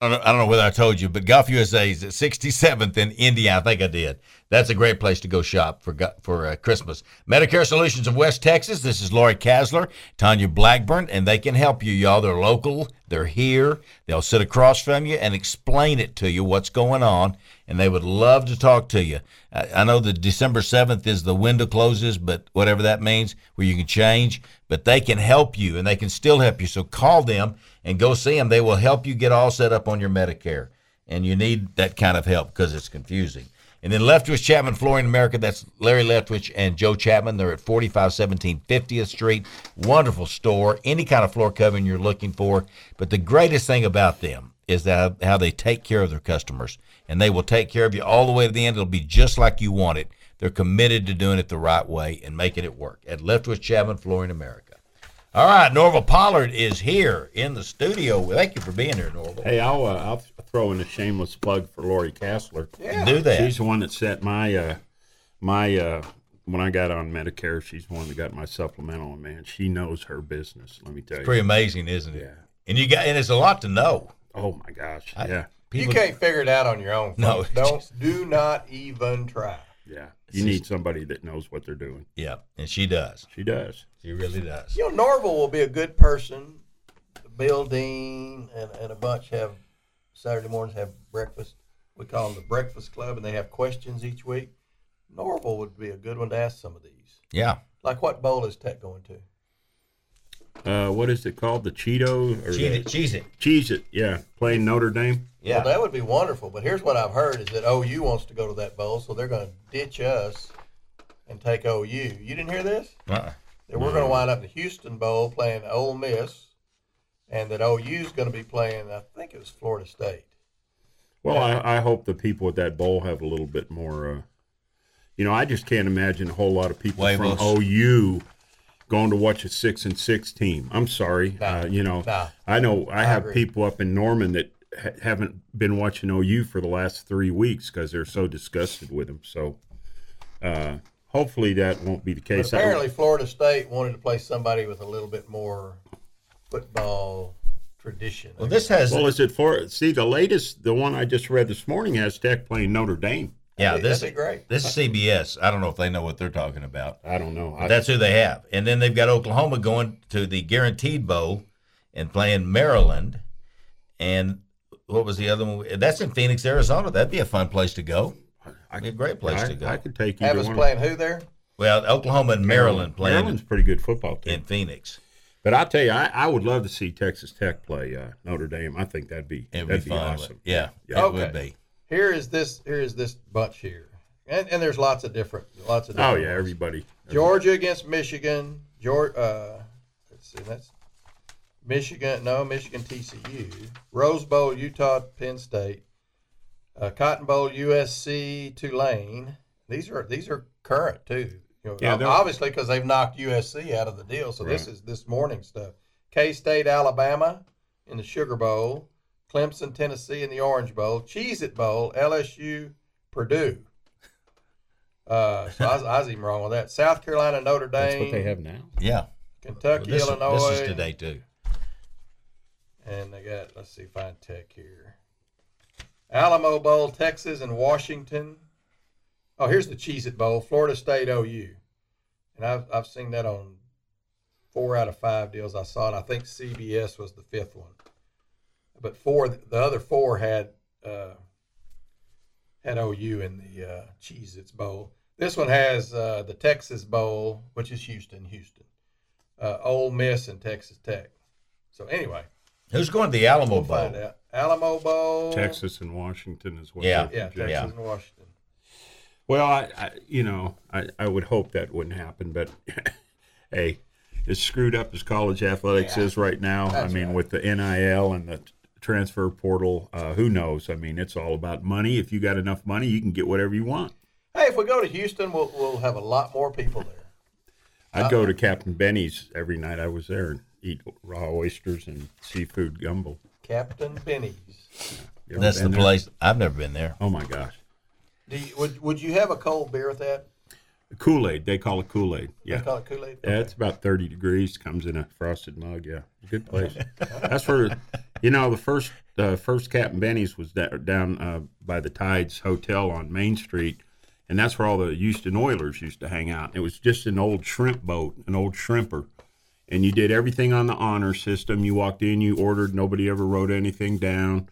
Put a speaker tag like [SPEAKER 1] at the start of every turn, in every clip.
[SPEAKER 1] I don't, know, I don't know whether I told you, but Golf USA is at 67th in India. I think I did. That's a great place to go shop for go- for uh, Christmas. Medicare Solutions of West Texas. This is Lori Kasler, Tanya Blackburn, and they can help you, y'all. They're local. They're here. They'll sit across from you and explain it to you what's going on, and they would love to talk to you. I, I know that December 7th is the window closes, but whatever that means, where you can change, but they can help you and they can still help you. So call them and go see them. They will help you get all set up on your Medicare. And you need that kind of help because it's confusing. And then Leftwich Chapman Flooring America, that's Larry Leftwich and Joe Chapman. They're at 4517 50th Street. Wonderful store, any kind of floor covering you're looking for. But the greatest thing about them is that how they take care of their customers. And they will take care of you all the way to the end. It'll be just like you want it. They're committed to doing it the right way and making it work at Leftwich Chapman Flooring America. All right, Norval Pollard is here in the studio. Thank you for being here, Norval.
[SPEAKER 2] Hey, I'll uh, I'll throw in a shameless plug for Lori Castler.
[SPEAKER 1] Do that.
[SPEAKER 2] She's the one that set my uh, my uh, when I got on Medicare. She's the one that got my supplemental, and man, she knows her business. Let me tell you.
[SPEAKER 1] Pretty amazing, isn't it?
[SPEAKER 2] Yeah.
[SPEAKER 1] And you got and it's a lot to know.
[SPEAKER 2] Oh my gosh. Yeah.
[SPEAKER 3] You
[SPEAKER 1] People-
[SPEAKER 3] can't figure it out on your own.
[SPEAKER 1] No.
[SPEAKER 3] folks. don't do not even try.
[SPEAKER 2] Yeah. You need somebody that knows what they're doing.
[SPEAKER 1] Yeah, and she does.
[SPEAKER 2] She does.
[SPEAKER 1] She really does.
[SPEAKER 3] You know, Norval will be a good person. Bill Dean and, and a bunch have Saturday mornings have breakfast. We call them the Breakfast Club, and they have questions each week. Norval would be a good one to ask some of these.
[SPEAKER 1] Yeah.
[SPEAKER 3] Like, what bowl is Tech going to?
[SPEAKER 2] Uh, what is it called? The Cheeto or
[SPEAKER 1] Cheese it,
[SPEAKER 2] the,
[SPEAKER 1] cheese it.
[SPEAKER 2] Cheese it? Yeah. Playing Notre Dame.
[SPEAKER 1] Yeah.
[SPEAKER 3] Well, that would be wonderful. But here's what I've heard is that OU wants to go to that bowl, so they're going to ditch us and take OU. You didn't hear this?
[SPEAKER 1] uh-uh.
[SPEAKER 3] That we're going to wind up in the Houston Bowl playing Ole Miss, and that OU's going to be playing. I think it was Florida State.
[SPEAKER 2] Well, I, I hope the people at that bowl have a little bit more. Uh, you know, I just can't imagine a whole lot of people from
[SPEAKER 1] Huevos.
[SPEAKER 2] OU going to watch a six and six team. I'm sorry, uh, you know,
[SPEAKER 3] nah.
[SPEAKER 2] I know I, have
[SPEAKER 3] agree.
[SPEAKER 2] people up in Norman that ha- haven't been watching OU for the last three weeks because they're so disgusted with them. So, uh, hopefully, that won't be the
[SPEAKER 3] But
[SPEAKER 2] case. I-
[SPEAKER 3] apparently, Florida State wanted to play somebody with a little bit more football tradition.
[SPEAKER 1] Well, this has
[SPEAKER 2] well, is it for see the latest? The one I just read this morning has Tech playing Notre Dame.
[SPEAKER 1] yeah,
[SPEAKER 3] That'd
[SPEAKER 1] this
[SPEAKER 3] be great.
[SPEAKER 1] This is CBS. I don't know if they know what they're talking about.
[SPEAKER 2] I don't know. I,
[SPEAKER 1] That's who they have. And then they've got Oklahoma going to the Guaranteed Bowl and playing Maryland. And what was the other one? That's in Phoenix, Arizona. That'd be a fun place to go.
[SPEAKER 2] I,
[SPEAKER 1] Be a great place
[SPEAKER 2] I-
[SPEAKER 1] to go.
[SPEAKER 2] I could take either
[SPEAKER 3] Have us
[SPEAKER 2] one.
[SPEAKER 3] playing who there?
[SPEAKER 1] Well, Oklahoma and Maryland playing
[SPEAKER 2] Maryland's a pretty good football team.
[SPEAKER 1] in Phoenix.
[SPEAKER 2] But I tell you, I, I would love to see Texas Tech play uh, Notre Dame. I think that'd be
[SPEAKER 1] It'd
[SPEAKER 2] that'd
[SPEAKER 1] be
[SPEAKER 2] be,
[SPEAKER 1] fun.
[SPEAKER 2] awesome.
[SPEAKER 1] Yeah,
[SPEAKER 2] Yeah.
[SPEAKER 1] it would
[SPEAKER 3] Okay.
[SPEAKER 1] be.
[SPEAKER 3] Here is this. Here is this bunch here, and and there's lots of different, lots of.
[SPEAKER 2] Oh
[SPEAKER 3] Different
[SPEAKER 2] yeah,
[SPEAKER 3] ones.
[SPEAKER 2] everybody.
[SPEAKER 3] Georgia against Michigan. Georgia, uh, let's see, that's Michigan. No, Michigan TCU. Rose Bowl, Utah, Penn State. Uh, Cotton Bowl, USC, Tulane. These are these are current too. You know,
[SPEAKER 2] Yeah,
[SPEAKER 3] ob-
[SPEAKER 2] they're-
[SPEAKER 3] obviously because they've knocked USC out of the deal. So this
[SPEAKER 2] Right.
[SPEAKER 3] is this morning stuff. K State, Alabama, in the Sugar Bowl. Clemson, Tennessee, in the Orange Bowl. Cheez It Bowl, LSU, Purdue. Uh, so I, was, I was even wrong on that. South Carolina, Notre Dame,
[SPEAKER 2] That's what they have now.
[SPEAKER 1] Yeah.
[SPEAKER 3] Kentucky,
[SPEAKER 1] this,
[SPEAKER 3] Illinois,
[SPEAKER 1] this is today too.
[SPEAKER 3] and they got let's see, find Tech here. Alamo Bowl, Texas, and Washington. Oh, here's the Cheez It Bowl, Florida State, OU, and I've I've seen that on four out of five deals I saw, and I think CBS was the fifth one. But four, the other four had uh, had OU in the uh, Cheez Its Bowl. This one has uh, the Texas Bowl, which is Houston, Houston, uh, Ole Miss, and Texas Tech. So anyway,
[SPEAKER 1] Who's going to the Alamo
[SPEAKER 3] we'll find
[SPEAKER 1] Bowl?
[SPEAKER 3] out. Alamo Bowl,
[SPEAKER 2] Texas and Washington as well.
[SPEAKER 1] Yeah.
[SPEAKER 3] yeah, Texas
[SPEAKER 1] Yeah.
[SPEAKER 3] and Washington.
[SPEAKER 2] Well, I, I you know I, I would hope that wouldn't happen, but hey, as screwed up as college athletics is right now, I
[SPEAKER 3] That's
[SPEAKER 2] mean
[SPEAKER 3] right.
[SPEAKER 2] with the NIL and the t- transfer portal, uh, who knows? I mean, it's all about money. If you got enough money, you can get whatever you want.
[SPEAKER 3] Hey, if we go to Houston, we'll we'll have a lot more people there.
[SPEAKER 2] I'd go to Captain Benny's every night I was there and eat raw oysters and seafood gumbo.
[SPEAKER 3] Captain Benny's.
[SPEAKER 2] You ever
[SPEAKER 1] That's the
[SPEAKER 2] been there?
[SPEAKER 1] place. I've never been there.
[SPEAKER 2] Oh my gosh.
[SPEAKER 3] Do you, would would you have a cold beer at that?
[SPEAKER 2] Kool Aid. They call it Kool Aid.
[SPEAKER 3] They
[SPEAKER 2] Yeah.
[SPEAKER 3] call it Kool Aid.
[SPEAKER 2] Yeah, it's about 30 degrees. Comes in a frosted mug. Yeah. Good place. That's where You know, the first uh, first Captain Benny's was da- down uh, by the Tides Hotel on Main Street, and that's where all the Houston Oilers used to hang out. It was just an old shrimp boat, an old shrimper, and you did everything on the honor system. You walked in, you ordered, nobody ever wrote anything down,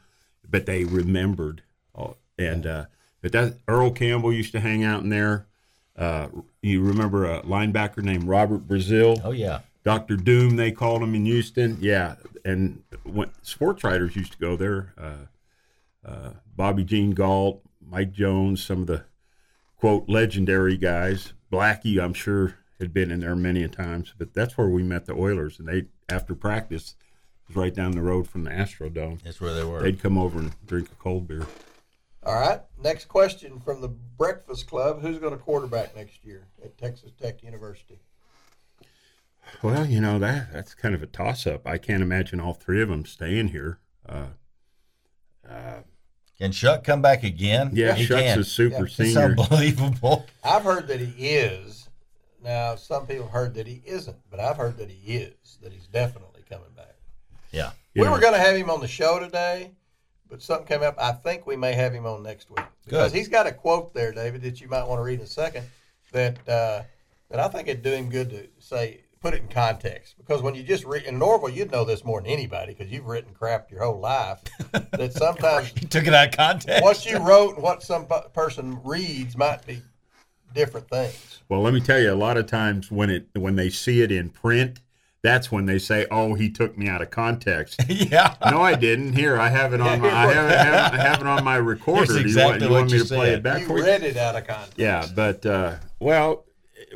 [SPEAKER 2] but they remembered. Oh, And uh, but that Earl Campbell used to hang out in there. Uh, you remember a linebacker named Robert Brazil?
[SPEAKER 1] Oh yeah.
[SPEAKER 2] Doctor Doom, they called him in Houston. Yeah, and when sports writers used to go there, uh, uh, Bobby Jean Galt, Mike Jones, some of the quote legendary guys. Blackie, I'm sure, had been in there many a times. But that's where we met the Oilers, and they after practice was right down the road from the Astrodome.
[SPEAKER 1] That's where they were.
[SPEAKER 2] They'd come over and drink a cold beer.
[SPEAKER 3] All right. Next question from the Breakfast Club. Who's going to quarterback next year at Texas Tech University?
[SPEAKER 2] Well, you know that that's kind of a toss-up. I can't imagine all three of them staying here. Uh, uh,
[SPEAKER 1] Can Shuck come back again?
[SPEAKER 2] yeah,
[SPEAKER 1] he
[SPEAKER 2] Shucks
[SPEAKER 1] can.
[SPEAKER 2] is super
[SPEAKER 1] It's
[SPEAKER 2] senior.
[SPEAKER 1] unbelievable.
[SPEAKER 3] I've heard that he is. Now, some people heard that he isn't, but I've heard that he is, that he's definitely coming back.
[SPEAKER 1] Yeah.
[SPEAKER 3] We
[SPEAKER 2] Yeah.
[SPEAKER 3] were going to have him on the show today, but something came up. I think we may have him on next week because
[SPEAKER 1] Good.
[SPEAKER 3] he's got a quote there, David, that you might want to read in a second. That uh, that I think it'd do him good to say, put it in context because when you just read in Norval, you'd know this more than anybody because you've written crap your whole life. that sometimes
[SPEAKER 1] He took it out of context.
[SPEAKER 3] what you wrote and what some pu- person reads might be different things.
[SPEAKER 2] Well, let me tell you, a lot of times when it when they see it in print, that's when they say, "Oh, he took me out of context."
[SPEAKER 1] yeah.
[SPEAKER 2] no, I didn't. Here, I have it on my I have, I have, I have it on my recorder. Do
[SPEAKER 1] exactly
[SPEAKER 2] you want, you
[SPEAKER 1] what
[SPEAKER 2] want me
[SPEAKER 1] you
[SPEAKER 2] to play
[SPEAKER 1] said.
[SPEAKER 2] it back
[SPEAKER 3] you
[SPEAKER 2] for you?
[SPEAKER 3] read it out of context.
[SPEAKER 2] Yeah, but uh, well,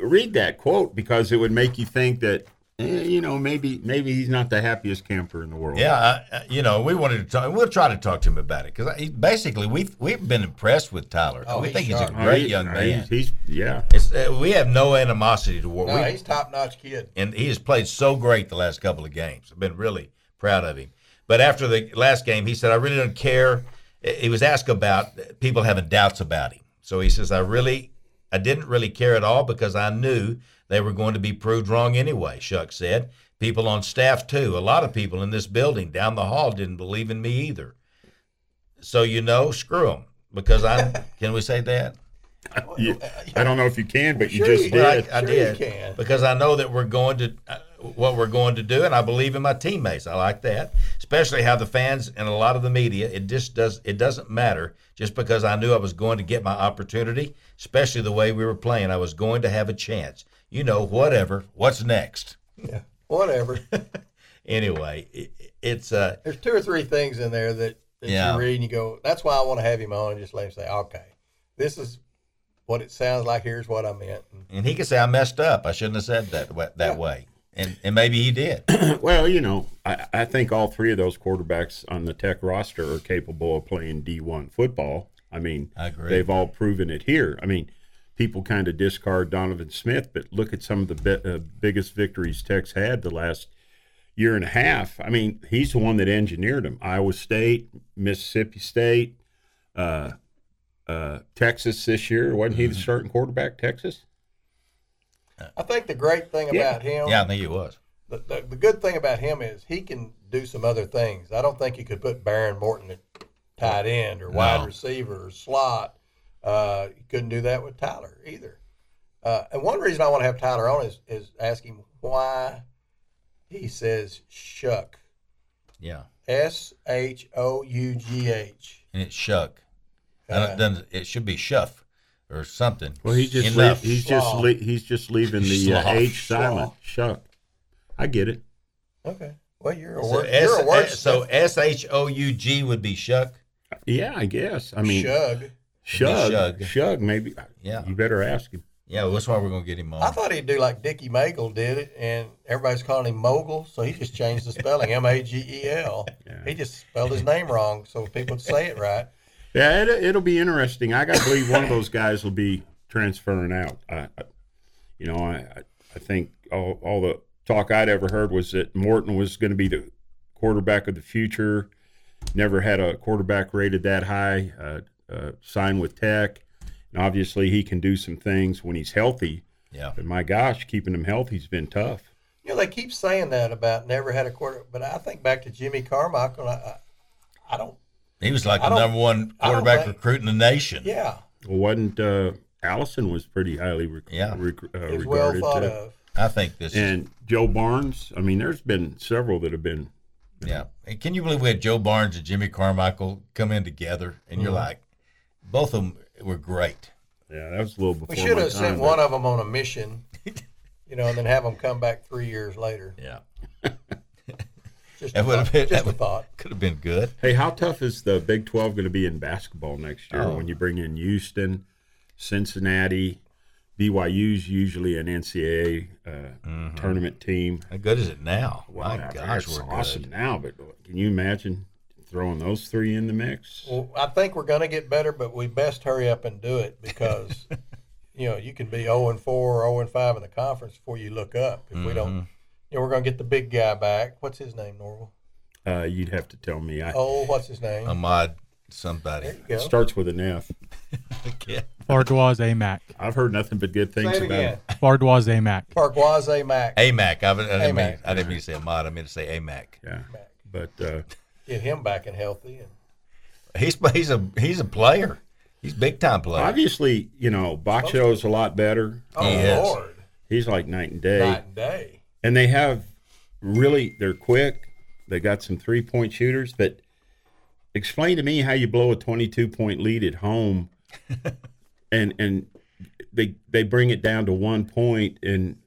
[SPEAKER 2] read that quote because it would make you think that eh, you know maybe maybe he's not the happiest camper in the world.
[SPEAKER 1] Yeah, I- I, you know, we wanted to talk. We'll try to talk to him about it because basically we we've been impressed with Tyler.
[SPEAKER 3] Oh,
[SPEAKER 1] we
[SPEAKER 3] he's
[SPEAKER 1] think he's a
[SPEAKER 3] sharp.
[SPEAKER 2] Oh,
[SPEAKER 1] great
[SPEAKER 2] he-
[SPEAKER 1] young
[SPEAKER 2] oh,
[SPEAKER 1] man.
[SPEAKER 2] He's, he's yeah.
[SPEAKER 1] It's, uh, we have no animosity toward.
[SPEAKER 3] No,
[SPEAKER 1] we,
[SPEAKER 3] he's top notch kid.
[SPEAKER 1] and he has played so great the last couple of games. I've been really proud of him. But after the last game, he said, "I really don't care." He was asked about people having doubts about him, so he says, "I really, I didn't really care at all because I knew they were going to be proved wrong anyway." Shuck said, "People on staff too. A lot of people in this building down the hall didn't believe in me either. So you know, screw them because I'm. can we say that?
[SPEAKER 2] You- I don't know if you can, but
[SPEAKER 3] Sure
[SPEAKER 2] you
[SPEAKER 3] you
[SPEAKER 2] just
[SPEAKER 3] can.
[SPEAKER 2] did.
[SPEAKER 1] Well, I, I
[SPEAKER 3] Sure you
[SPEAKER 1] did
[SPEAKER 3] can.
[SPEAKER 1] because I know that we're going to uh, what we're going to do, and I believe in my teammates. I like that, especially how the fans and a lot of the media. It just does. It doesn't matter just because I knew I was going to get my opportunity, especially the way we were playing. I was going to have a chance. You know, whatever. What's next?
[SPEAKER 3] Yeah. Whatever.
[SPEAKER 1] Anyway, it, it's uh,
[SPEAKER 3] There's two or three things in there that, that
[SPEAKER 1] Yeah.
[SPEAKER 3] you read and you go, that's why I want to have him on and just let him say, okay, this is what it sounds like. Here's what I meant. And
[SPEAKER 1] and he could say I messed up. I shouldn't have said that wa- that way, and and maybe he did.
[SPEAKER 2] Well, you know, I, I think all three of those quarterbacks on the Tech roster are capable of playing D1 football. I mean,
[SPEAKER 1] I agree.
[SPEAKER 2] they've all proven it here. I mean, people kind of discard Donovan Smith, but look at some of the be- uh, biggest victories Tech's had the last year and a half. I mean, he's the one that engineered them. Iowa State, Mississippi State, uh, uh, Texas this year. Wasn't he the
[SPEAKER 1] Mm-hmm.
[SPEAKER 2] starting quarterback, Texas?
[SPEAKER 3] I think the great thing
[SPEAKER 2] Yeah.
[SPEAKER 3] about him,
[SPEAKER 1] Yeah, I think he was.
[SPEAKER 3] the, the, the good thing about him is he can do some other things. I don't think you could put Baron Morton at tight end or wide
[SPEAKER 1] No.
[SPEAKER 3] receiver or slot. Uh, you couldn't do that with Tyler either. Uh, and one reason I want to have Tyler on is, is ask him why he says shuck.
[SPEAKER 1] Yeah,
[SPEAKER 3] S H O U G H.
[SPEAKER 1] and it shook. I
[SPEAKER 3] Uh,
[SPEAKER 1] don't, doesn't- it should be shuff or something.
[SPEAKER 2] Well, he just lea-
[SPEAKER 1] Enough.
[SPEAKER 2] he's just
[SPEAKER 3] Slaw.
[SPEAKER 2] le- he's just leaving the uh,
[SPEAKER 1] Slaw.
[SPEAKER 2] H silent. Shuck, I get it.
[SPEAKER 3] Okay. Well, you're a
[SPEAKER 1] So
[SPEAKER 3] word. you're a word.
[SPEAKER 1] S- so S H O U G would be shuck.
[SPEAKER 2] Yeah, I guess. I mean,
[SPEAKER 3] Shug.
[SPEAKER 2] shug,
[SPEAKER 1] Shug.
[SPEAKER 2] shug, maybe.
[SPEAKER 1] Yeah.
[SPEAKER 2] you better ask him.
[SPEAKER 1] Yeah, well, that's why we're gonna get him on.
[SPEAKER 3] I thought he'd do like Dickie Magel did it, and everybody's calling him Mogul, so he just changed the spelling M A G E L.
[SPEAKER 2] Yeah.
[SPEAKER 3] He just spelled his name wrong, so people would say it right.
[SPEAKER 2] Yeah, it, it'll be interesting. I got to believe one of those guys will be transferring out. I, I you know, I, I- I think all, all the talk I'd ever heard was that Morton was going to be the quarterback of the future. Never had a quarterback rated that high. Uh, uh, signed with Tech, and obviously he can do some things when he's healthy.
[SPEAKER 1] yeah,
[SPEAKER 2] But my gosh, keeping him healthy's been tough.
[SPEAKER 3] You You know, they keep saying that about never had a quarter, but I think back to Jimmy Carmichael. I, I, I don't.
[SPEAKER 1] He was like
[SPEAKER 3] I
[SPEAKER 1] the
[SPEAKER 3] don't-
[SPEAKER 1] number one
[SPEAKER 3] I don't
[SPEAKER 1] quarterback
[SPEAKER 3] think-
[SPEAKER 1] recruit in the nation.
[SPEAKER 3] Yeah,
[SPEAKER 2] Well, wasn't uh, Allison was pretty highly rec-
[SPEAKER 1] Yeah.
[SPEAKER 2] rec- uh,
[SPEAKER 3] it was
[SPEAKER 2] regarded
[SPEAKER 3] well thought
[SPEAKER 2] too.
[SPEAKER 3] of.
[SPEAKER 1] I think this. is
[SPEAKER 2] And Joe Barnes. I mean, there's been several that have been.
[SPEAKER 1] Yeah. And can you believe we had Joe Barnes and Jimmy Carmichael come in together, and you're
[SPEAKER 3] Mm-hmm.
[SPEAKER 1] like, both of them were great.
[SPEAKER 2] Yeah, that was a little before
[SPEAKER 3] We should
[SPEAKER 2] my
[SPEAKER 3] have
[SPEAKER 2] time,
[SPEAKER 3] sent
[SPEAKER 2] but-
[SPEAKER 3] one of them on a mission, you know, and then have them come back three years later.
[SPEAKER 1] Yeah,
[SPEAKER 3] Just
[SPEAKER 1] That
[SPEAKER 3] a
[SPEAKER 1] would've
[SPEAKER 3] thought.
[SPEAKER 1] been-
[SPEAKER 3] just
[SPEAKER 1] that
[SPEAKER 3] a thought.
[SPEAKER 1] could have been good.
[SPEAKER 2] Hey, how tough is the Big 12 going to be in basketball next year
[SPEAKER 1] Oh.
[SPEAKER 2] when you bring in Houston, Cincinnati, BYU's usually an NCAA uh, tournament team?
[SPEAKER 1] How good is it now?
[SPEAKER 2] Wow,
[SPEAKER 1] Mm-hmm. My gosh,
[SPEAKER 2] that's
[SPEAKER 1] we're
[SPEAKER 2] awesome
[SPEAKER 1] good.
[SPEAKER 2] now, but can you imagine throwing those three in the mix?
[SPEAKER 3] Well, I think we're going to get better, but we best hurry up and do it because, you know, you can be 0 and 4 or 0 and 5 in the conference before you look up. If we don't,
[SPEAKER 1] Mm-hmm.
[SPEAKER 3] you know, we're going to get the big guy back. What's his name, Norval?
[SPEAKER 2] Uh, you'd have to tell me. I,
[SPEAKER 3] Oh, what's his name?
[SPEAKER 1] Ahmad, somebody.
[SPEAKER 3] there you
[SPEAKER 2] It
[SPEAKER 3] go.
[SPEAKER 2] starts with an F.
[SPEAKER 1] Yeah.
[SPEAKER 4] Bardois Amac.
[SPEAKER 2] I've heard nothing but good
[SPEAKER 3] Say
[SPEAKER 2] things
[SPEAKER 3] it
[SPEAKER 2] about
[SPEAKER 3] again.
[SPEAKER 2] it.
[SPEAKER 4] Bardois Amac.
[SPEAKER 3] Parquaze Mack.
[SPEAKER 1] AMAC. I, I didn't mean,
[SPEAKER 3] AMAC.
[SPEAKER 1] I didn't mean to say Ahmad. I meant to say AMAC.
[SPEAKER 2] Yeah. But uh,
[SPEAKER 3] Get him back and healthy. And
[SPEAKER 1] He's he's a he's a player. He's a big time player.
[SPEAKER 2] obviously, you know, Baccio is a lot better.
[SPEAKER 3] oh
[SPEAKER 1] Yes.
[SPEAKER 3] Lord,
[SPEAKER 2] He's like night and day.
[SPEAKER 3] night and day.
[SPEAKER 2] and they have really they're quick they got some three point shooters but explain to me how you blow a 22 point lead at home and and they they bring it down to one point and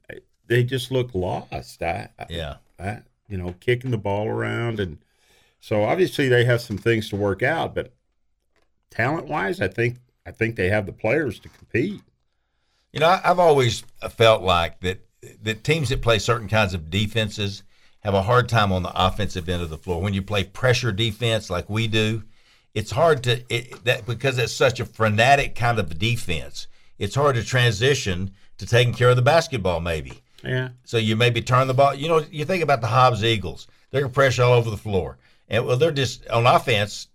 [SPEAKER 2] they just look lost i, I-
[SPEAKER 1] yeah.
[SPEAKER 2] I you know kicking the ball around and so obviously they have some things to work out but talent wise i think i think they have the players to compete
[SPEAKER 1] You know, I- I've always felt like that that teams that play certain kinds of defenses have a hard time on the offensive end of the floor. When you play pressure defense like we do, it's hard to it, that because it's such a frenetic kind of defense. It's hard to transition to taking care of the basketball, maybe.
[SPEAKER 2] yeah
[SPEAKER 1] So you maybe turn the ball. You know, you think about the Hobbs Eagles. They're gonna press all over the floor, and well, they're just on offense.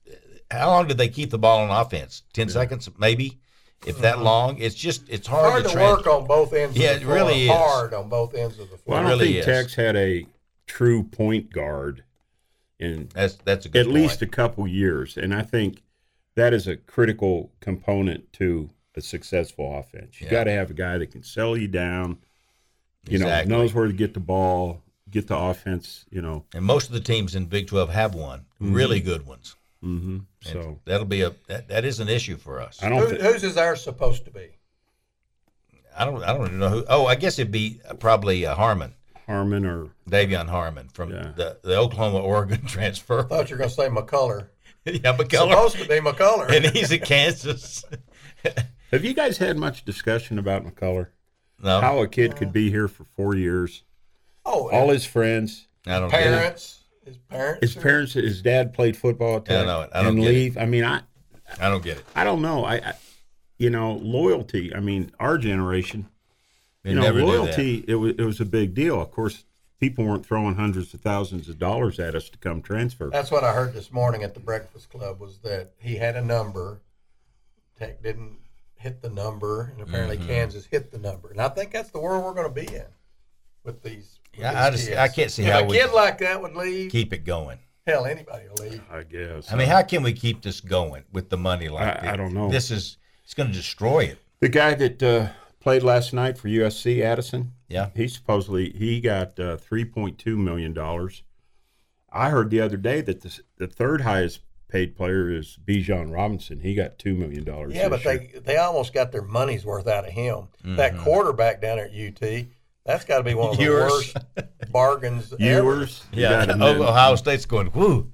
[SPEAKER 1] How long did they keep the ball on offense? Ten seconds, maybe, if
[SPEAKER 2] Uh-huh.
[SPEAKER 1] that long. It's just it's hard,
[SPEAKER 3] Hard
[SPEAKER 1] to,
[SPEAKER 3] to
[SPEAKER 1] trans-
[SPEAKER 3] work on both ends.
[SPEAKER 1] Yeah,
[SPEAKER 3] of
[SPEAKER 1] it
[SPEAKER 3] the floor.
[SPEAKER 1] really is.
[SPEAKER 3] hard on both ends of the
[SPEAKER 2] well
[SPEAKER 3] floor.
[SPEAKER 2] i don't
[SPEAKER 1] really
[SPEAKER 2] think
[SPEAKER 1] is.
[SPEAKER 2] tex had a true point guard in
[SPEAKER 1] That's that's a good
[SPEAKER 2] at
[SPEAKER 1] point.
[SPEAKER 2] least a couple years. And I think that is a critical component to a successful offense. You
[SPEAKER 1] Yeah.
[SPEAKER 2] got to have a guy that can sell you down, you
[SPEAKER 1] Exactly.
[SPEAKER 2] know, knows where to get the ball, get the offense, you know.
[SPEAKER 1] and most of the teams in Big Twelve have one really good ones.
[SPEAKER 2] Mm-hmm.
[SPEAKER 1] And
[SPEAKER 2] So
[SPEAKER 1] that'll be a that, that is an issue for us. I
[SPEAKER 2] I don't
[SPEAKER 3] Who,
[SPEAKER 2] think.
[SPEAKER 3] whose is ours supposed to be?
[SPEAKER 1] don't I don't even know who. Oh, I guess it'd be uh, probably uh, Harmon,
[SPEAKER 2] Harmon or
[SPEAKER 1] Davion Harmon from
[SPEAKER 2] Yeah.
[SPEAKER 1] the, the Oklahoma Oregon transfer.
[SPEAKER 3] Thought you were going to say McCullough.
[SPEAKER 1] yeah, McCullough,
[SPEAKER 3] Supposed to be McCullough.
[SPEAKER 1] and he's at Kansas.
[SPEAKER 2] have you guys had much discussion about McCullough?
[SPEAKER 1] No,
[SPEAKER 2] How a kid could be here for four years,
[SPEAKER 3] oh,
[SPEAKER 2] all his friends,
[SPEAKER 1] I don't. get it.
[SPEAKER 3] parents. His parents.
[SPEAKER 2] his
[SPEAKER 3] are-
[SPEAKER 2] parents, his dad played football at
[SPEAKER 1] Yeah, I
[SPEAKER 2] Tech
[SPEAKER 1] know it. I don't
[SPEAKER 2] and
[SPEAKER 1] get it.
[SPEAKER 2] leave. I mean, I
[SPEAKER 1] I don't get it.
[SPEAKER 2] I don't know. I, I you know loyalty. I mean, our generation.
[SPEAKER 1] They
[SPEAKER 2] you know,
[SPEAKER 1] never do that.
[SPEAKER 2] loyalty, it was, it was a big deal. Of course, people weren't throwing hundreds of thousands of dollars at us to come transfer.
[SPEAKER 3] That's what I heard this morning at the Breakfast Club was that he had a number. Tech didn't hit the number, and apparently
[SPEAKER 1] Mm-hmm.
[SPEAKER 3] Kansas hit the number. And I think that's the world we're going to be in with these. with
[SPEAKER 1] Yeah, I
[SPEAKER 3] these
[SPEAKER 1] just- I
[SPEAKER 3] kids.
[SPEAKER 1] can't see
[SPEAKER 3] if
[SPEAKER 1] how
[SPEAKER 3] a
[SPEAKER 1] we-
[SPEAKER 3] kid like that would leave.
[SPEAKER 1] Keep it going.
[SPEAKER 3] hell, anybody will leave.
[SPEAKER 2] I guess. Uh,
[SPEAKER 1] I mean, how can we keep this going with the money like
[SPEAKER 2] I-
[SPEAKER 1] this?
[SPEAKER 2] I don't know.
[SPEAKER 1] This is it's going to destroy it.
[SPEAKER 2] the guy that uh, played last night for USC, Addison,
[SPEAKER 1] Yeah.
[SPEAKER 2] he supposedly he got uh, three point two million dollars. I heard the other day that the, s- the third highest paid player is Bijan Robinson. He got two million dollars.
[SPEAKER 3] Yeah, but they they almost got their money's worth out of him. That
[SPEAKER 1] Mm-hmm.
[SPEAKER 3] quarterback down there at UT, that's got to be one of the
[SPEAKER 1] Ewers.
[SPEAKER 3] worst bargains ever.
[SPEAKER 2] Ewers, you
[SPEAKER 1] Yeah, Oh,
[SPEAKER 2] got him in.
[SPEAKER 1] Ohio State's going. Whoo!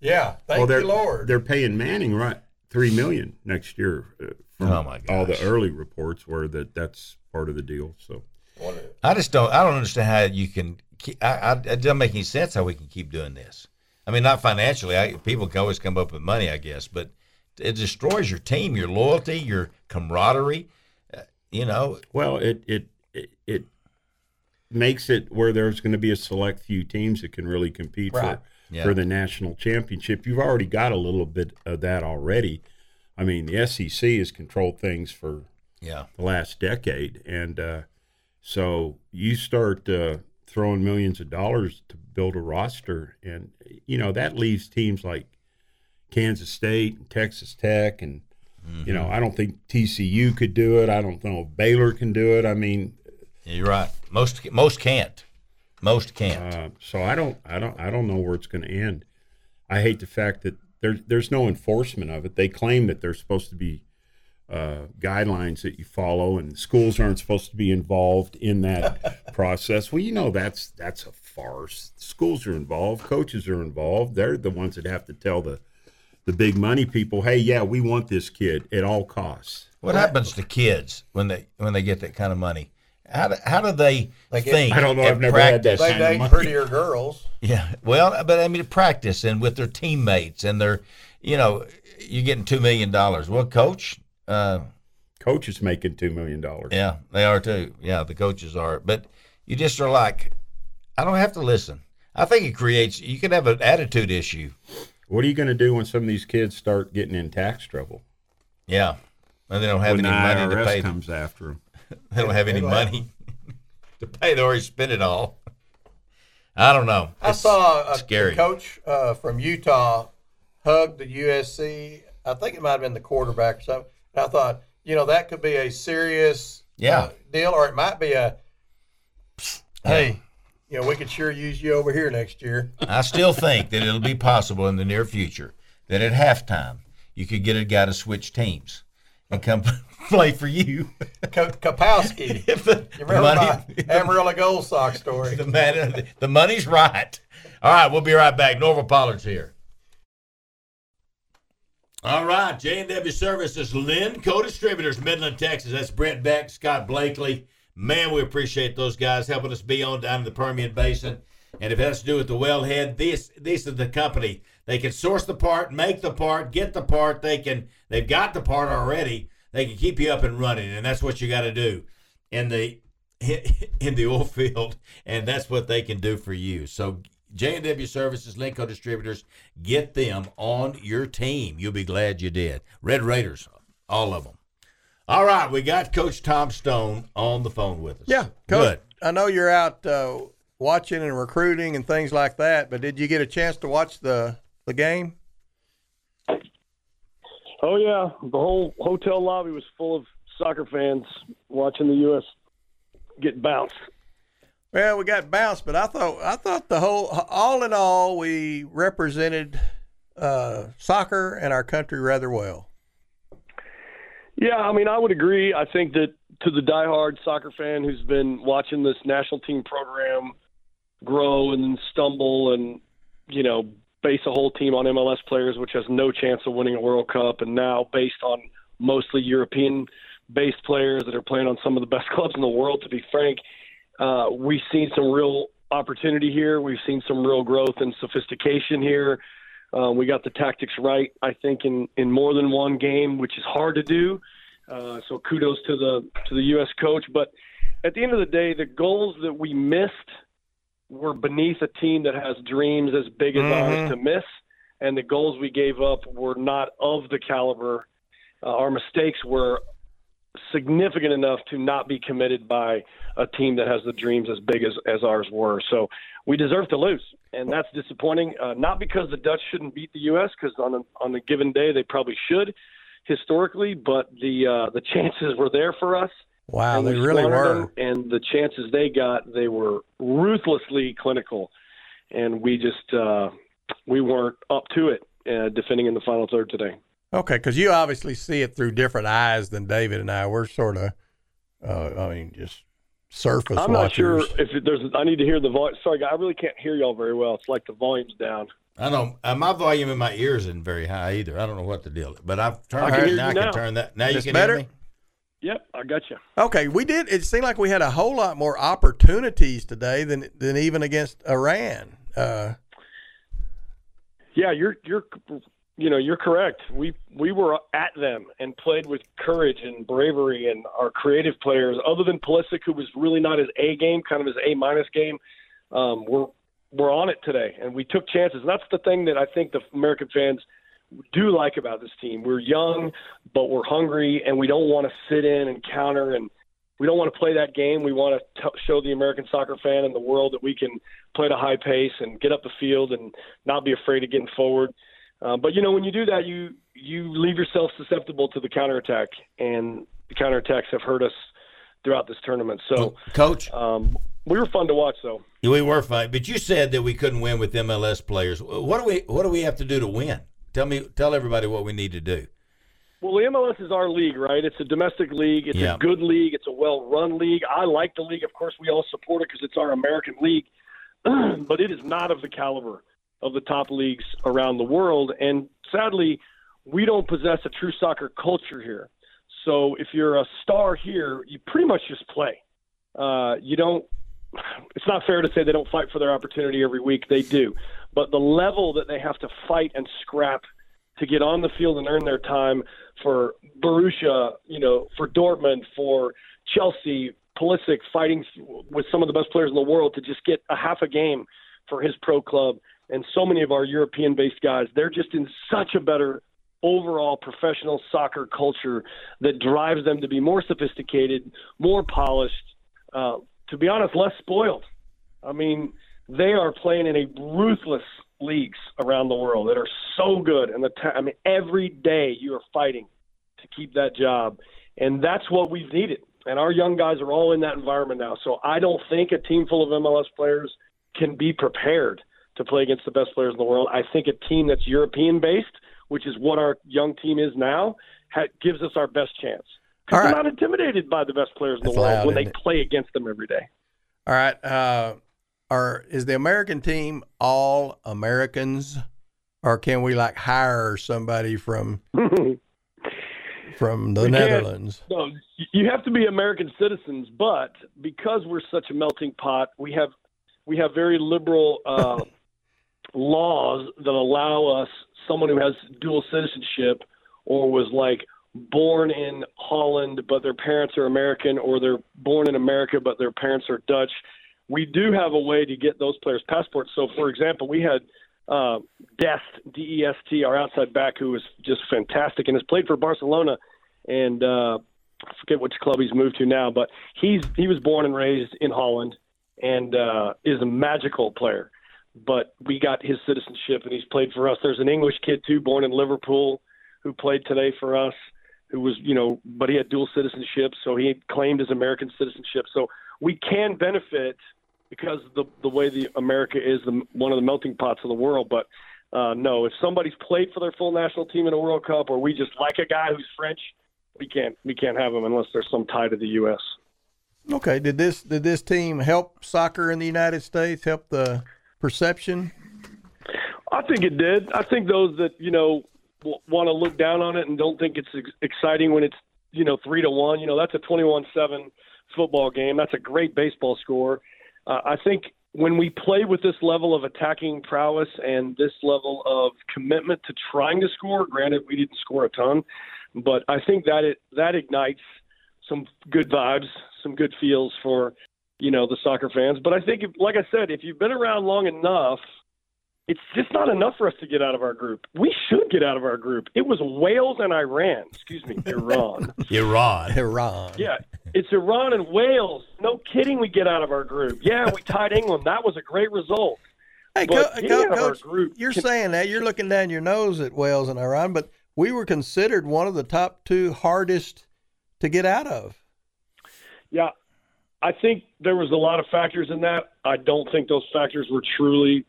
[SPEAKER 3] Yeah,
[SPEAKER 2] well,
[SPEAKER 3] thank
[SPEAKER 2] they're
[SPEAKER 3] you, Lord.
[SPEAKER 2] they're paying Manning right three million next year. Uh, from
[SPEAKER 1] Oh, my
[SPEAKER 2] All the
[SPEAKER 1] gosh.
[SPEAKER 2] early reports were that that's part of the deal. So
[SPEAKER 3] Wonder-
[SPEAKER 1] I just don't. I don't understand how you can. ke- I, I it doesn't make any sense how we can keep doing this. I mean, not financially. I, people can always come up with money, I guess, but it destroys your team, your loyalty, your camaraderie. Uh, you know,
[SPEAKER 2] well, it it it, it makes it where there's going to be a select few teams that can really compete
[SPEAKER 3] Right.
[SPEAKER 2] for
[SPEAKER 1] Yeah.
[SPEAKER 2] for the national championship. You've already got a little bit of that already. I mean, the SEC has controlled things for
[SPEAKER 1] yeah.
[SPEAKER 2] the last decade, and uh, so you start uh, throwing millions of dollars to build a roster, and you know that leaves teams like Kansas State and Texas Tech, and you know I don't think TCU could do it. I don't know if Baylor can do it. I mean,
[SPEAKER 1] You're right. Most most can't. Most can't.
[SPEAKER 2] uh, so I don't, I don't, I don't know where it's going to end. I hate the fact that there's there's no enforcement of it. They claim that there's supposed to be uh, guidelines that you follow, and schools aren't supposed to be involved in that process. Well, you know that's that's a farce. Schools are involved, coaches are involved. They're the ones that have to tell the the big money people, hey, yeah, we want this kid at all costs.
[SPEAKER 1] what happens to kids when they when they get that kind of money? How do, how do they,
[SPEAKER 3] They get-
[SPEAKER 1] think?
[SPEAKER 2] I don't know.
[SPEAKER 1] at
[SPEAKER 2] I've never had that
[SPEAKER 1] practice?
[SPEAKER 3] They
[SPEAKER 2] kind of
[SPEAKER 3] date
[SPEAKER 2] money.
[SPEAKER 3] prettier girls.
[SPEAKER 1] Yeah. Well, but I mean, practice and with their teammates and their, you know, you're getting two million dollars. Well, coach, uh,
[SPEAKER 2] Coach is making two million dollars.
[SPEAKER 1] yeah, they are too. Yeah, the coaches are. But you just are like, I don't have to listen. I think it creates. You can have an attitude issue.
[SPEAKER 2] What are you going to do when some of these kids start getting in tax trouble?
[SPEAKER 1] Yeah, and they don't have
[SPEAKER 2] when
[SPEAKER 1] any
[SPEAKER 2] the
[SPEAKER 1] money to
[SPEAKER 2] IRS
[SPEAKER 1] pay.
[SPEAKER 2] comes after them.
[SPEAKER 1] They don't have any
[SPEAKER 3] It'll
[SPEAKER 1] money to pay. They already spent it all. I don't know.
[SPEAKER 3] I
[SPEAKER 1] It's
[SPEAKER 3] saw a,
[SPEAKER 1] scary.
[SPEAKER 3] a coach uh, from Utah hug the USC. I think it might have been the quarterback or something. And I thought, you know, that could be a serious
[SPEAKER 1] Yeah.
[SPEAKER 3] uh, deal, or it might be a hey, you know, we could sure use you over here next year.
[SPEAKER 1] I still think that it'll be possible in the near future that at halftime you could get a guy to switch teams and come play for you.
[SPEAKER 3] Ko- Kapowski, you
[SPEAKER 1] if the,
[SPEAKER 3] remember
[SPEAKER 1] money,
[SPEAKER 3] my Amarillo Gold Sock story?
[SPEAKER 1] the, man, the money's right. All right, we'll be right back. Norval Pollard's here. All right, J&W Services, Lynn Co. Distributors, Midland, Texas. That's Brent Beck, Scott Blakely. Man, we appreciate those guys helping us be on down in the Permian Basin. And if it has to do with the wellhead, this this is the company. They can source the part, make the part, get the part. They can they've got the part already. They can keep you up and running, and that's what you got to do. And the in the oil field, and that's what they can do for you. So J&W Services, Linco Distributors, get them on your team. You'll be glad you did. Red Raiders, all of them. All right, we got Coach Tom Stone on the phone with us. good.
[SPEAKER 3] I know you're out uh, watching and recruiting and things like that, but did you get a chance to watch the the game?
[SPEAKER 5] Oh yeah, the whole hotel lobby was full of soccer fans watching the U.S. get bounced.
[SPEAKER 3] Well, we got bounced, but I thought I thought the whole all in all we represented uh, soccer and our country rather well.
[SPEAKER 5] Yeah, I mean, I would agree. I think that to the diehard soccer fan who's been watching this national team program grow and stumble and, you know, base a whole team on MLS players, which has no chance of winning a World Cup, and now based on mostly European based players that are playing on some of the best clubs in the world, to be frank, uh, we've seen some real opportunity here. We've seen some real growth and sophistication here. Uh, we got the tactics right, I think, in, in more than one game, which is hard to do. Uh, so kudos to the to the U.S. coach. But at the end of the day, the goals that we missed were beneath a team that has dreams as big as ours to miss, and the goals we gave up were not of the caliber. Uh, our mistakes were significant enough to not be committed by a team that has the dreams as big as, as ours were. So we deserve to lose, and that's disappointing. Uh, not because the Dutch shouldn't beat the U.S., because on a, on a given day they probably should historically, but the uh, the chances were there for us.
[SPEAKER 3] Wow,
[SPEAKER 5] And
[SPEAKER 3] they
[SPEAKER 5] we
[SPEAKER 3] really
[SPEAKER 5] squandered
[SPEAKER 3] were.
[SPEAKER 5] them, and the chances they got, they were ruthlessly clinical, and we just uh, we weren't up to it uh, defending in the final third today.
[SPEAKER 6] Okay, because you obviously see it through different eyes than David and I. We're sort of, uh, I mean, just surface
[SPEAKER 5] I'm not sure
[SPEAKER 6] watchers.
[SPEAKER 5] if there's. I need to hear the volume. Sorry, guy, I really can't hear y'all very well. It's like the volume's down.
[SPEAKER 1] I don't. Uh, my volume in my ears isn't very high either. I don't know what the deal is, but I've turned
[SPEAKER 5] I can
[SPEAKER 1] it
[SPEAKER 5] hear
[SPEAKER 1] now.
[SPEAKER 5] you
[SPEAKER 1] I can
[SPEAKER 5] now.
[SPEAKER 1] turn that. Now you
[SPEAKER 6] This
[SPEAKER 1] can
[SPEAKER 6] better?
[SPEAKER 1] hear me.
[SPEAKER 5] Yep, I got you.
[SPEAKER 6] Okay, we did. It seemed like we had a whole lot more opportunities today than than even against Iran. Uh,
[SPEAKER 5] Yeah, you're you're you know you're correct. We we were at them and played with courage and bravery and our creative players. Other than Pulisic, who was really not his A game, kind of his A minus game, um, we're we're on it today, and we took chances. And that's the thing that I think the American fans do like about this team. We're young, but we're hungry, and we don't want to sit in and counter and we don't want to play that game. We want to t- show the American soccer fan and the world that we can play at a high pace and get up the field and not be afraid of getting forward. Uh, but you know, when you do that, you you leave yourself susceptible to the counterattack, and the counterattacks have hurt us throughout this tournament. So
[SPEAKER 1] Coach,
[SPEAKER 5] um, we were fun to watch, though.
[SPEAKER 1] we were fine, but you said that we couldn't win with MLS players. What do we What do we have to do to win? Tell me, tell everybody what we need to do.
[SPEAKER 5] Well, the MLS is our league, right? It's a domestic league. It's
[SPEAKER 1] Yeah.
[SPEAKER 5] a good league. It's a well-run league. I like the league. Of course, we all support it because it's our American league. but it is not of the caliber of the top leagues around the world. And sadly, we don't possess a true soccer culture here. So if you're a star here, you pretty much just play. Uh, you don't. It's not fair to say they don't fight for their opportunity every week. They do, but the level that they have to fight and scrap to get on the field and earn their time for Borussia, you know, for Dortmund, for Chelsea, Pulisic fighting with some of the best players in the world to just get a half a game for his pro club, and so many of our European-based guys, they're just in such a better overall professional soccer culture that drives them to be more sophisticated, more polished, uh, to be honest, less spoiled. I mean, they are playing in a ruthless leagues around the world that are so good, and the ta- I mean, every day you are fighting to keep that job, and that's what we've needed. And our young guys are all in that environment now. So I don't think a team full of MLS players can be prepared to play against the best players in the world. I think a team that's European based, which is what our young team is now, ha- gives us our best chance.
[SPEAKER 6] All
[SPEAKER 5] Because
[SPEAKER 6] right.
[SPEAKER 5] they're not intimidated by the best players in
[SPEAKER 6] That's
[SPEAKER 5] the world
[SPEAKER 6] loud,
[SPEAKER 5] when they
[SPEAKER 6] isn't it?
[SPEAKER 5] play against them every day.
[SPEAKER 6] All right. Uh, are is the American team all Americans, or can we like hire somebody from from the
[SPEAKER 5] We can.
[SPEAKER 6] Netherlands?
[SPEAKER 5] No, y- you have to be American citizens, but because we're such a melting pot, we have we have very liberal uh, laws that allow us someone who has dual citizenship or was like born in Holland but their parents are American or they're born in America but their parents are Dutch. We do have a way to get those players passports. So, for example, we had uh, Dest D E S T, our outside back, who is just fantastic and has played for Barcelona and uh, I forget which club he's moved to now, but he's he was born and raised in Holland and uh, is a magical player. But we got his citizenship and he's played for us. There's an English kid too, born in Liverpool, who played today for us, who was you know, but he had dual citizenship, so he claimed his American citizenship. So we can benefit because the the way the America is the, one of the melting pots of the world, but. Uh, no, if somebody's played for their full national team in a World Cup, or we just like a guy who's French, we can't we can't have them unless there's some tie to the U.S.
[SPEAKER 6] Okay. Did this did this team help soccer in the United States? Help the perception?
[SPEAKER 5] I think it did. I think those that you know w- want to look down on it and don't think it's ex- exciting when it's you know three to one. You know that's a twenty-one-seven football game. That's a great baseball score. Uh, I think when we play with this level of attacking prowess and this level of commitment to trying to score, granted we didn't score a ton, but I think that it that ignites some good vibes, some good feels for you know the soccer fans. But I think, if, like I said, if you've been around long enough it's just not enough for us to get out of our group. We should get out of our group. It was Wales and Iran. Excuse me, Iran.
[SPEAKER 1] Iran.
[SPEAKER 6] Iran.
[SPEAKER 5] yeah, it's Iran and Wales. No kidding, we get out of our group. Yeah, we tied England. That was a great result.
[SPEAKER 6] Hey, co-
[SPEAKER 5] But
[SPEAKER 6] co-
[SPEAKER 5] getting out of our
[SPEAKER 6] coach,
[SPEAKER 5] group
[SPEAKER 6] you're
[SPEAKER 5] can-
[SPEAKER 6] saying that you're looking down your nose at Wales and Iran, but we were considered one of the top two hardest to get out of.
[SPEAKER 5] Yeah, I think there was a lot of factors in that. I don't think those factors were truly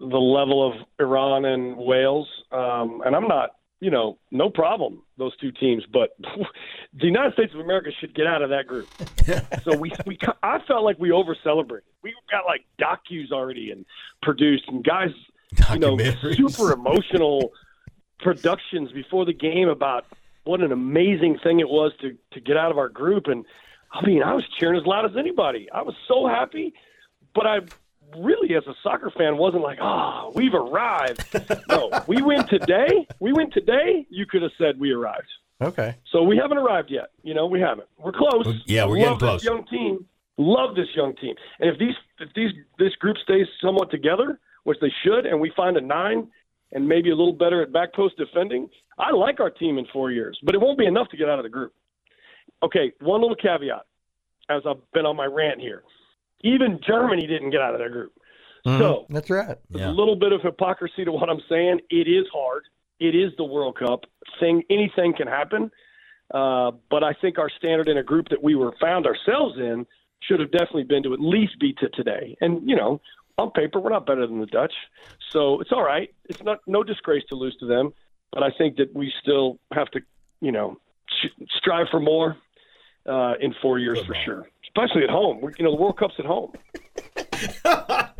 [SPEAKER 5] the level of Iran and Wales. Um, and I'm not, you know, no problem those two teams, but the United States of America should get out of that group. so we, we, I felt like we over celebrated. We got like docus already and produced, and guys, you know,
[SPEAKER 1] Documentaries.
[SPEAKER 5] super emotional productions before the game about what an amazing thing it was to to get out of our group and I mean I was cheering as loud as anybody. I was so happy, but I really as a soccer fan wasn't like, "Ah, we've arrived." no, we win today. We win today. You could have said we arrived.
[SPEAKER 6] Okay.
[SPEAKER 5] So we haven't arrived yet. You know, we haven't. We're close.
[SPEAKER 1] Well, yeah, we're
[SPEAKER 5] Love
[SPEAKER 1] getting
[SPEAKER 5] this
[SPEAKER 1] close.
[SPEAKER 5] Young team. Love this young team. And if these if these this group stays somewhat together, which they should, and we find a nine and maybe a little better at back post defending, I like our team in four years. But it won't be enough to get out of the group. Okay, one little caveat. as I've been on my rant here. Even Germany didn't get out of their group.
[SPEAKER 1] Mm-hmm.
[SPEAKER 5] So
[SPEAKER 6] That's right.
[SPEAKER 5] there's a little bit of hypocrisy to what I'm saying. It is hard. It is the World Cup thing. Anything can happen. Uh, but I think our standard in a group that we were found ourselves in should have definitely been to at least be to today. And you know, on paper, we're not better than the Dutch, so it's all right. It's not no disgrace to lose to them. But I think that we still have to, you know, sh- strive for more uh, in four years for sure. Especially at home, we, you know, the World Cup's at home.
[SPEAKER 1] I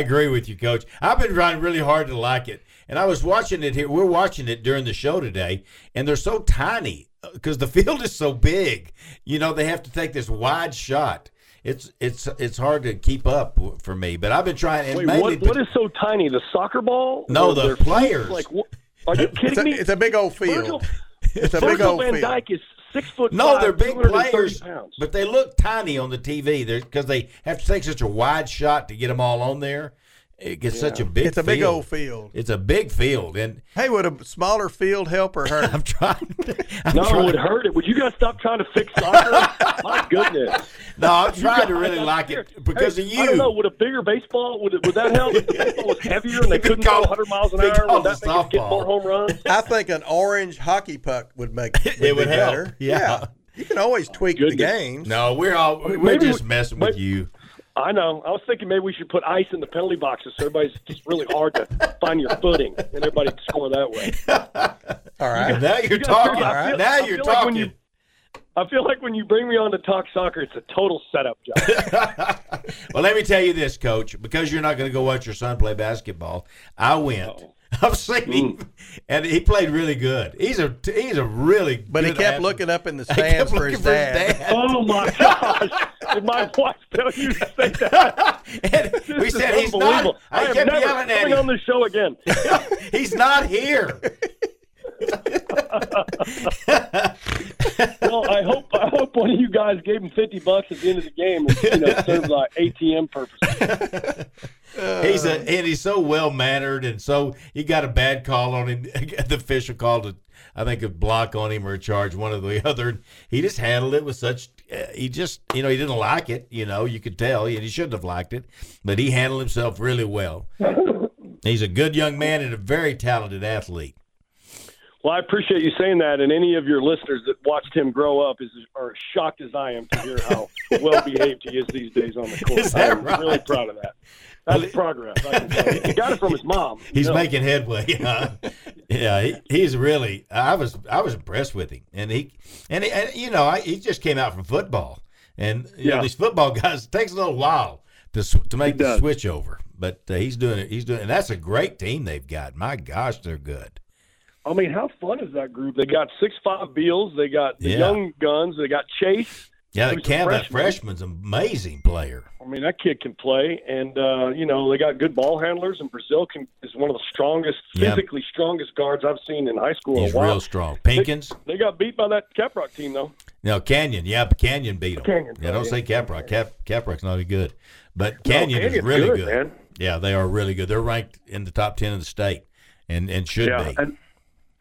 [SPEAKER 1] agree with you, Coach. I've been trying really hard to like it, and I was watching it here. We're watching it during the show today, and they're so tiny because the field is so big. You know, they have to take this wide shot. It's it's it's hard to keep up w- for me, but I've been trying. And
[SPEAKER 5] Wait,
[SPEAKER 1] mainly,
[SPEAKER 5] what, what is so tiny? The soccer ball?
[SPEAKER 1] No,
[SPEAKER 5] Or
[SPEAKER 1] the
[SPEAKER 5] their feet?
[SPEAKER 1] players.
[SPEAKER 5] Like, what, are you
[SPEAKER 6] It's
[SPEAKER 5] kidding
[SPEAKER 6] a,
[SPEAKER 5] me?
[SPEAKER 6] it's a big old field.
[SPEAKER 5] Virgil,
[SPEAKER 6] it's a big
[SPEAKER 5] Virgil
[SPEAKER 6] old
[SPEAKER 5] Van
[SPEAKER 6] field.
[SPEAKER 5] Dyke is six foot.
[SPEAKER 1] no,
[SPEAKER 5] they
[SPEAKER 1] they're big players,
[SPEAKER 5] Pounds.
[SPEAKER 1] but they look tiny on the TV because they have to take such a wide shot to get them all on there. It gets such a big.
[SPEAKER 6] It's a big
[SPEAKER 1] field.
[SPEAKER 6] old field.
[SPEAKER 1] It's a big field, and
[SPEAKER 6] Hey, would a smaller field help or hurt?
[SPEAKER 1] I'm trying. I'm
[SPEAKER 5] no,
[SPEAKER 1] trying-
[SPEAKER 5] it would hurt it. Would you guys stop trying to fix soccer? My goodness.
[SPEAKER 1] No, I'm trying to
[SPEAKER 5] I-
[SPEAKER 1] really
[SPEAKER 5] I'm
[SPEAKER 1] like
[SPEAKER 5] serious.
[SPEAKER 1] it because
[SPEAKER 5] Hey,
[SPEAKER 1] of
[SPEAKER 5] I don't know.
[SPEAKER 1] you.
[SPEAKER 5] Would a bigger baseball would, it, would that help? If the baseball was heavier and they
[SPEAKER 1] If it
[SPEAKER 5] couldn't go
[SPEAKER 1] called-
[SPEAKER 5] 100 miles an
[SPEAKER 1] if it
[SPEAKER 5] hour,
[SPEAKER 1] called
[SPEAKER 5] would
[SPEAKER 1] a
[SPEAKER 5] that make us get
[SPEAKER 1] softball.
[SPEAKER 5] more home runs?
[SPEAKER 6] I think an orange hockey puck would make would be
[SPEAKER 1] would help.
[SPEAKER 6] better.
[SPEAKER 1] Yeah.
[SPEAKER 6] You can always tweak the
[SPEAKER 5] goodness.
[SPEAKER 6] games.
[SPEAKER 1] No, we're all we're
[SPEAKER 5] maybe
[SPEAKER 1] just
[SPEAKER 5] we-
[SPEAKER 1] messing with
[SPEAKER 5] maybe-
[SPEAKER 1] you.
[SPEAKER 5] I know. I was thinking maybe we should put ice in the penalty boxes so everybody's just really hard to find your footing and everybody can score that way.
[SPEAKER 6] All right.
[SPEAKER 1] And now you're
[SPEAKER 5] guys heard
[SPEAKER 1] talking.
[SPEAKER 5] that? I feel-
[SPEAKER 1] now
[SPEAKER 5] I
[SPEAKER 1] you're
[SPEAKER 5] feel like
[SPEAKER 1] talking.
[SPEAKER 5] when you- I feel like when you bring me on to talk soccer, it's a total setup job.
[SPEAKER 1] well, let me tell you this, Coach. Because you're not going to go watch your son play basketball, I went. I've seen
[SPEAKER 5] Mm.
[SPEAKER 1] him, and he played really good. He's a he's a really.
[SPEAKER 6] But he
[SPEAKER 1] good
[SPEAKER 6] kept
[SPEAKER 1] athlete.
[SPEAKER 6] looking up in the
[SPEAKER 1] He kept
[SPEAKER 6] stands for his
[SPEAKER 1] looking for his
[SPEAKER 6] dad.
[SPEAKER 1] dad.
[SPEAKER 5] Oh my gosh! Did my wife tell you to say that?
[SPEAKER 1] and we
[SPEAKER 5] This is
[SPEAKER 1] said he's
[SPEAKER 5] unbelievable.
[SPEAKER 1] not. I,
[SPEAKER 5] am
[SPEAKER 1] kept
[SPEAKER 5] never
[SPEAKER 1] yelling at
[SPEAKER 5] coming
[SPEAKER 1] him.
[SPEAKER 5] on the show again.
[SPEAKER 1] he's not here.
[SPEAKER 5] Well, I hope I hope one of you guys gave him fifty bucks at the end of the game, and you know, serves like ATM purposes.
[SPEAKER 1] He's a and he's so well mannered and so he got a bad call on him. The official called a, I think a block on him or a charge, one or the other. And he just handled it with such. Uh, he just you know he didn't like it. You know you could tell, and he shouldn't have liked it, but he handled himself really well. he's a good young man and a very talented athlete.
[SPEAKER 5] Well, I appreciate you saying that, and any of your listeners that watched him grow up is are as shocked as I am to hear how well behaved he is these days on the court.
[SPEAKER 1] Is that
[SPEAKER 5] I'm really
[SPEAKER 1] right?
[SPEAKER 5] proud of that. That's progress. I can tell you. He got it from his mom.
[SPEAKER 1] He's
[SPEAKER 5] No.
[SPEAKER 1] making headway. Yeah, yeah he, he's really. I was I was impressed with him, and he and, he, and you know I, he just came out from football, and you know
[SPEAKER 5] Yeah.
[SPEAKER 1] these football guys it takes a little while to sw- to make the
[SPEAKER 5] does.
[SPEAKER 1] switch over, but uh, he's doing it. He's doing, and that's a great team they've got. My gosh, they're good.
[SPEAKER 5] I mean, how fun is that group? They got six five Beals, they got the
[SPEAKER 1] Yeah.
[SPEAKER 5] young guns, they got Chase.
[SPEAKER 1] Yeah, that
[SPEAKER 5] Who's a
[SPEAKER 1] Cam, that
[SPEAKER 5] freshman?
[SPEAKER 1] freshman's an amazing player.
[SPEAKER 5] I mean, that kid can play, and uh, you know they got good ball handlers. And Brazil can is one of the strongest,
[SPEAKER 1] Yeah.
[SPEAKER 5] physically strongest guards I've seen in high school. in
[SPEAKER 1] He's
[SPEAKER 5] a while.
[SPEAKER 1] real strong. Pinkins,
[SPEAKER 5] They got beat by that Caprock team though.
[SPEAKER 1] no Canyon. Yeah, but Canyon beat him.
[SPEAKER 5] Canyon,
[SPEAKER 1] yeah, don't
[SPEAKER 5] yeah.
[SPEAKER 1] say Caprock. Cap Caprock's not any good, but Canyon is
[SPEAKER 5] Canyon's
[SPEAKER 1] really
[SPEAKER 5] good,
[SPEAKER 1] good.
[SPEAKER 5] man.
[SPEAKER 1] Yeah, they are really good. They're ranked in the top ten in the state, and and should be.
[SPEAKER 5] and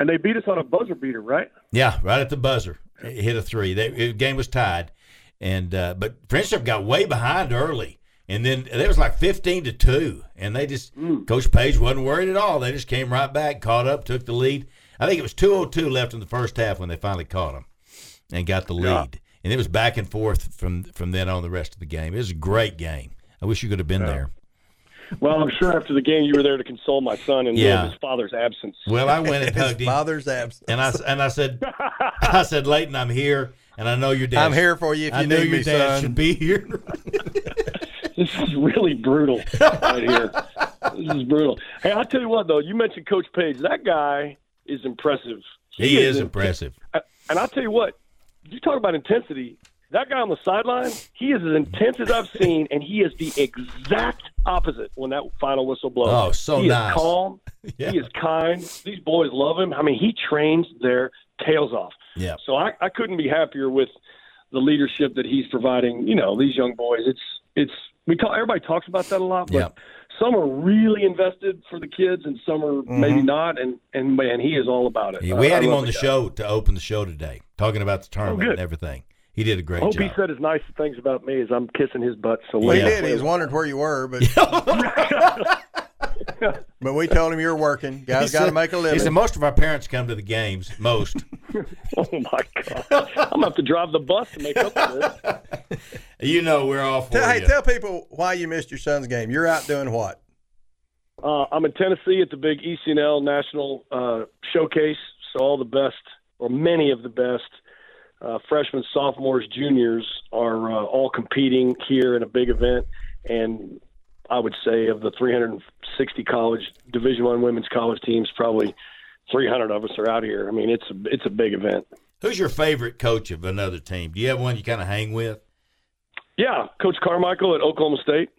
[SPEAKER 5] and they beat us on a buzzer beater, right?
[SPEAKER 1] Yeah, right at the buzzer, It hit a three. They, the game was tied, and uh, but Friendship got way behind early, and then it was like fifteen to two, and they just Coach Page wasn't worried at all. They just came right back, caught up, took the lead. I think it was two oh two left in the first half when they finally caught them and got the lead, and it was back and forth from from then on the rest of the game. It was a great game. I wish you could have been there.
[SPEAKER 5] Well, I'm sure after the game you were there to console my son in
[SPEAKER 1] Yeah.
[SPEAKER 5] his father's absence.
[SPEAKER 1] Well, I went and
[SPEAKER 6] His
[SPEAKER 1] hugged him,
[SPEAKER 6] father's absent.
[SPEAKER 1] and I and I said, I said, Leighton, I'm here, and I know your dad.
[SPEAKER 6] I'm here for you if you
[SPEAKER 1] I know
[SPEAKER 6] need
[SPEAKER 1] your
[SPEAKER 6] me,
[SPEAKER 1] dad
[SPEAKER 6] son.
[SPEAKER 1] should be here.
[SPEAKER 5] This is really brutal right here. This is brutal. Hey, I'll tell you what though. You mentioned Coach Page. That guy is impressive.
[SPEAKER 1] He is impressive.
[SPEAKER 5] impressive. I- and I'll tell you what, you talk about intensity. That guy on the sideline, he is as intense as I've seen, and he is the exact opposite when that final whistle blows.
[SPEAKER 1] Oh, so
[SPEAKER 5] he
[SPEAKER 1] nice.
[SPEAKER 5] Is calm.
[SPEAKER 1] Yeah.
[SPEAKER 5] He is kind. These boys love him. I mean, he trains their tails off.
[SPEAKER 1] Yeah.
[SPEAKER 5] So I, I couldn't be happier with the leadership that he's providing. You know, these young boys. It's it's we talk. Everybody talks about that a lot, but
[SPEAKER 1] Yeah.
[SPEAKER 5] some are really invested for the kids, and some are maybe not. And and man, he is all about it.
[SPEAKER 1] Mm-hmm. Yeah,
[SPEAKER 5] I-
[SPEAKER 1] we had
[SPEAKER 5] I
[SPEAKER 1] him
[SPEAKER 5] love
[SPEAKER 1] on the
[SPEAKER 5] guy. Oh,
[SPEAKER 1] show to open the show today, talking about the tournament
[SPEAKER 5] good.
[SPEAKER 1] and everything. He did a great
[SPEAKER 5] I hope he
[SPEAKER 1] job.
[SPEAKER 5] said as nice things about me as I'm kissing his butt. So
[SPEAKER 6] Well,
[SPEAKER 1] Yeah.
[SPEAKER 6] he did. He was wondering where you were, but but we told him you're working. Guys got to make a
[SPEAKER 1] He said
[SPEAKER 6] living.
[SPEAKER 1] most of our parents come to the games. Most.
[SPEAKER 5] oh my god, I'm gonna have to drive the bus to make up for this.
[SPEAKER 1] you know we're all for
[SPEAKER 6] Tell- hey,
[SPEAKER 1] you.
[SPEAKER 6] tell people why you missed your son's game. You're out doing what?
[SPEAKER 5] Uh, I'm in Tennessee at the big E ECNL National uh, Showcase, so all the best, or many of the best, uh, freshmen, sophomores, juniors are uh, all competing here in a big event. And I would say of the 360 college Division One women's college teams, probably 300 of us are out here. I mean, it's a, it's a big event.
[SPEAKER 1] Who's your favorite coach of another team? Do you have one you kind of hang with?
[SPEAKER 5] Yeah, Coach Carmichael at Oklahoma State.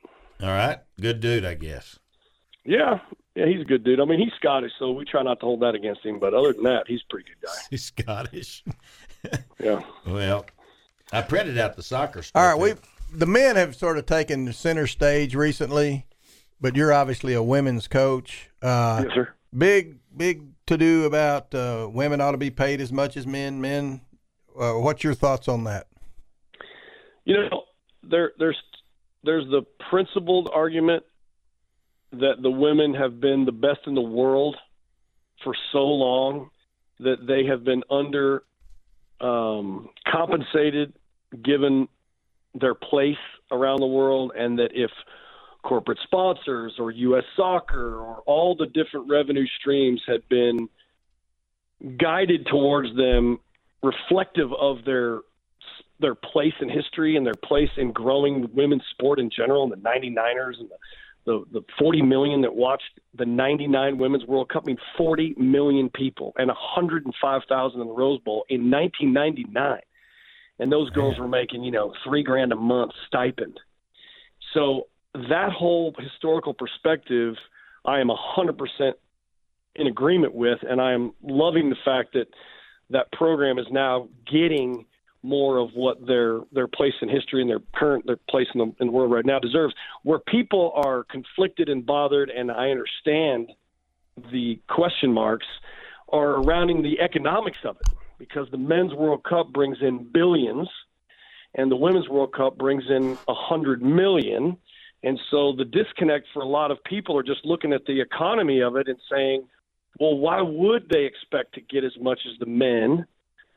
[SPEAKER 1] All right, good dude, I guess.
[SPEAKER 5] Yeah, yeah, he's a good dude. I mean, he's Scottish, so we try not to hold that against him. But other than that, he's a pretty good guy.
[SPEAKER 1] He's Scottish.
[SPEAKER 5] Yeah.
[SPEAKER 1] Well, I printed out the soccer. Stuff
[SPEAKER 6] All right, we the men have sort of taken center stage recently, but you're obviously a women's coach. Uh,
[SPEAKER 5] Yes, sir.
[SPEAKER 6] Big big to do about uh, women ought to be paid as much as men. Men, uh, what's your thoughts on that?
[SPEAKER 5] You know, there there's there's the principled argument that the women have been the best in the world for so long that they have been under um, compensated given their place around the world, and that if corporate sponsors or U.S. soccer or all the different revenue streams had been guided towards them reflective of their their place in history and their place in growing women's sport in general and the 99ers and the the, the 40 million that watched the 99 Women's World Cup I mean 40 million people and 105,000 in the Rose Bowl in 1999. And those girls were making, you know, 3 grand a month stipend. So that whole historical perspective I am 100% in agreement with and I am loving the fact that that program is now getting more of what their their place in history and their current their place in the, in the world right now deserves. Where people are conflicted and bothered, and I understand the question marks are surrounding the economics of it, because the men's World Cup brings in billions, and the women's World Cup brings in a hundred million. And so the disconnect for a lot of people are just looking at the economy of it and saying, well, why would they expect to get as much as the men?